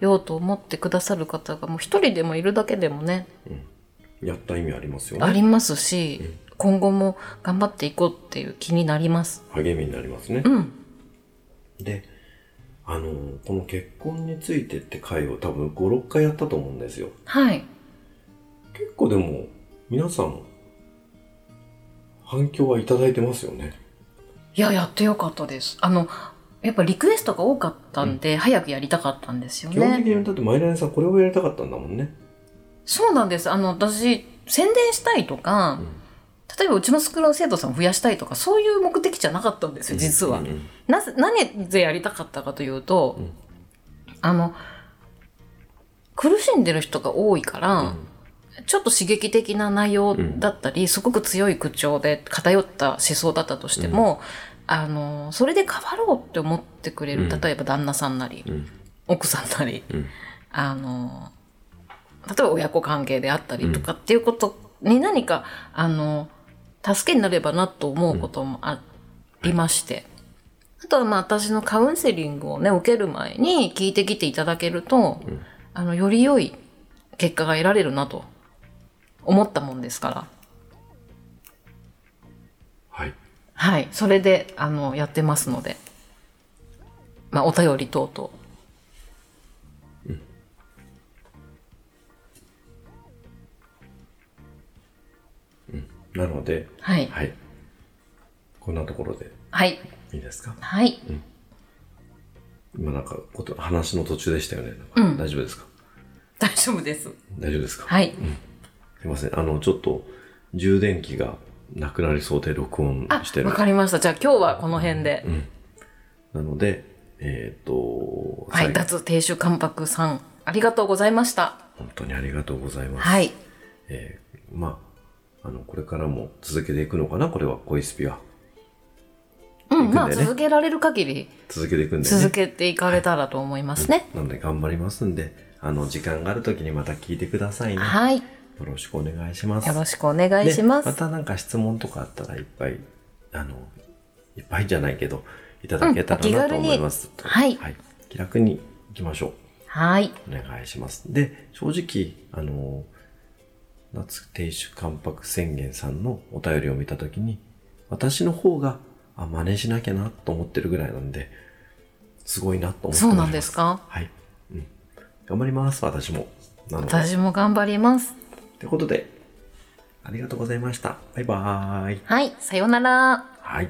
Speaker 2: ようと思ってくださる方がもう一人でもいるだけでもね
Speaker 1: う。やった意味ありますよ
Speaker 2: あ
Speaker 1: ね。
Speaker 2: りますし、今後も頑張っていこうっていう気になります。
Speaker 1: 励みになりますね
Speaker 2: う。ん、
Speaker 1: で、あのーこの結婚についてって回を多分5、6回やったと思うんですよ。
Speaker 2: はい、
Speaker 1: 結構でも、皆さん、反響はいただいてますよね。
Speaker 2: いややってよかったです。あのやっぱリクエストが多かったんで、早くやりたかったんですよ
Speaker 1: 基本
Speaker 2: ね
Speaker 1: 的。に、だってマイラネさんこれをやりたかったんだもんね。
Speaker 2: そうなんです。あの、私、宣伝したいとか、
Speaker 1: ん
Speaker 2: 例えばうちのスクールの生徒さんを増やしたいとか、そういう目的じゃなかったんですよ、実は。
Speaker 1: うんうん
Speaker 2: なぜ、何でやりたかったかというと、
Speaker 1: うん
Speaker 2: あの、苦しんでる人が多いから、
Speaker 1: うん
Speaker 2: ちょっと刺激的な内容だったり、すごく強い口調で偏った思想だったとしても、あの、それで変わろうって思ってくれる、
Speaker 1: うん
Speaker 2: 例えば旦那さんなり、
Speaker 1: うん
Speaker 2: 奥さんなり、
Speaker 1: うん
Speaker 2: あの、例えば親子関係であったりとかっていうことに何か、あの、助けになればなと思うこともありまして。あとはまあ私のカウンセリングをね、受ける前に聞いてきていただけると、あの、より良い結果が得られるなと思ったもんですから。
Speaker 1: はい
Speaker 2: はい。それで、あの、やってますので。まあ、お便り等々。
Speaker 1: なので
Speaker 2: はい。
Speaker 1: はいこんなところで
Speaker 2: はい。
Speaker 1: いいですか
Speaker 2: はい。
Speaker 1: 今なんかこと話の途中でしたよね、
Speaker 2: うん
Speaker 1: 大丈夫ですか
Speaker 2: 大丈夫です。
Speaker 1: 大丈夫ですか、
Speaker 2: はい。
Speaker 1: すいませんあのちょっと充電器がなくなりそうで録音
Speaker 2: あ
Speaker 1: して、る
Speaker 2: わかりました。じゃあ今日はこの辺で。
Speaker 1: なのでえっ、と、
Speaker 2: は
Speaker 1: 最
Speaker 2: い。
Speaker 1: 後
Speaker 2: 脱亭主関白さん、ありがとうございました。
Speaker 1: 本当にありがとうございます、
Speaker 2: はい。
Speaker 1: えーまああのこれからも続けていくのかなこれは恋スピは
Speaker 2: うん、
Speaker 1: 行くんだよね
Speaker 2: まあ続けられる限り
Speaker 1: 続けていくんでね
Speaker 2: 続けていかれたらと思いますね。
Speaker 1: なので頑張りますんであの時間がある時にまた聞いてくださいね
Speaker 2: はい。
Speaker 1: よろしくお願いします
Speaker 2: よろしくお願いしま。
Speaker 1: ですたなんか質問とかあったらいっぱい、あの、いっぱいじゃないけど、いただけたらなと思います。
Speaker 2: うんお気軽に
Speaker 1: 気楽に行きましょ
Speaker 2: はい。
Speaker 1: う。お願いします。で、正直、あの、夏亭主関白宣言さんのお便りを見たときに、私の方が、あ、真似しなきゃなと思ってるぐらいなんで、すごいなと思っております。
Speaker 2: そうなんですか
Speaker 1: はい。うん。頑張ります、私も。なので。
Speaker 2: 私も頑張ります。
Speaker 1: ということで、ありがとうございました。バイバーイ。
Speaker 2: はい。さようなら。
Speaker 1: はい。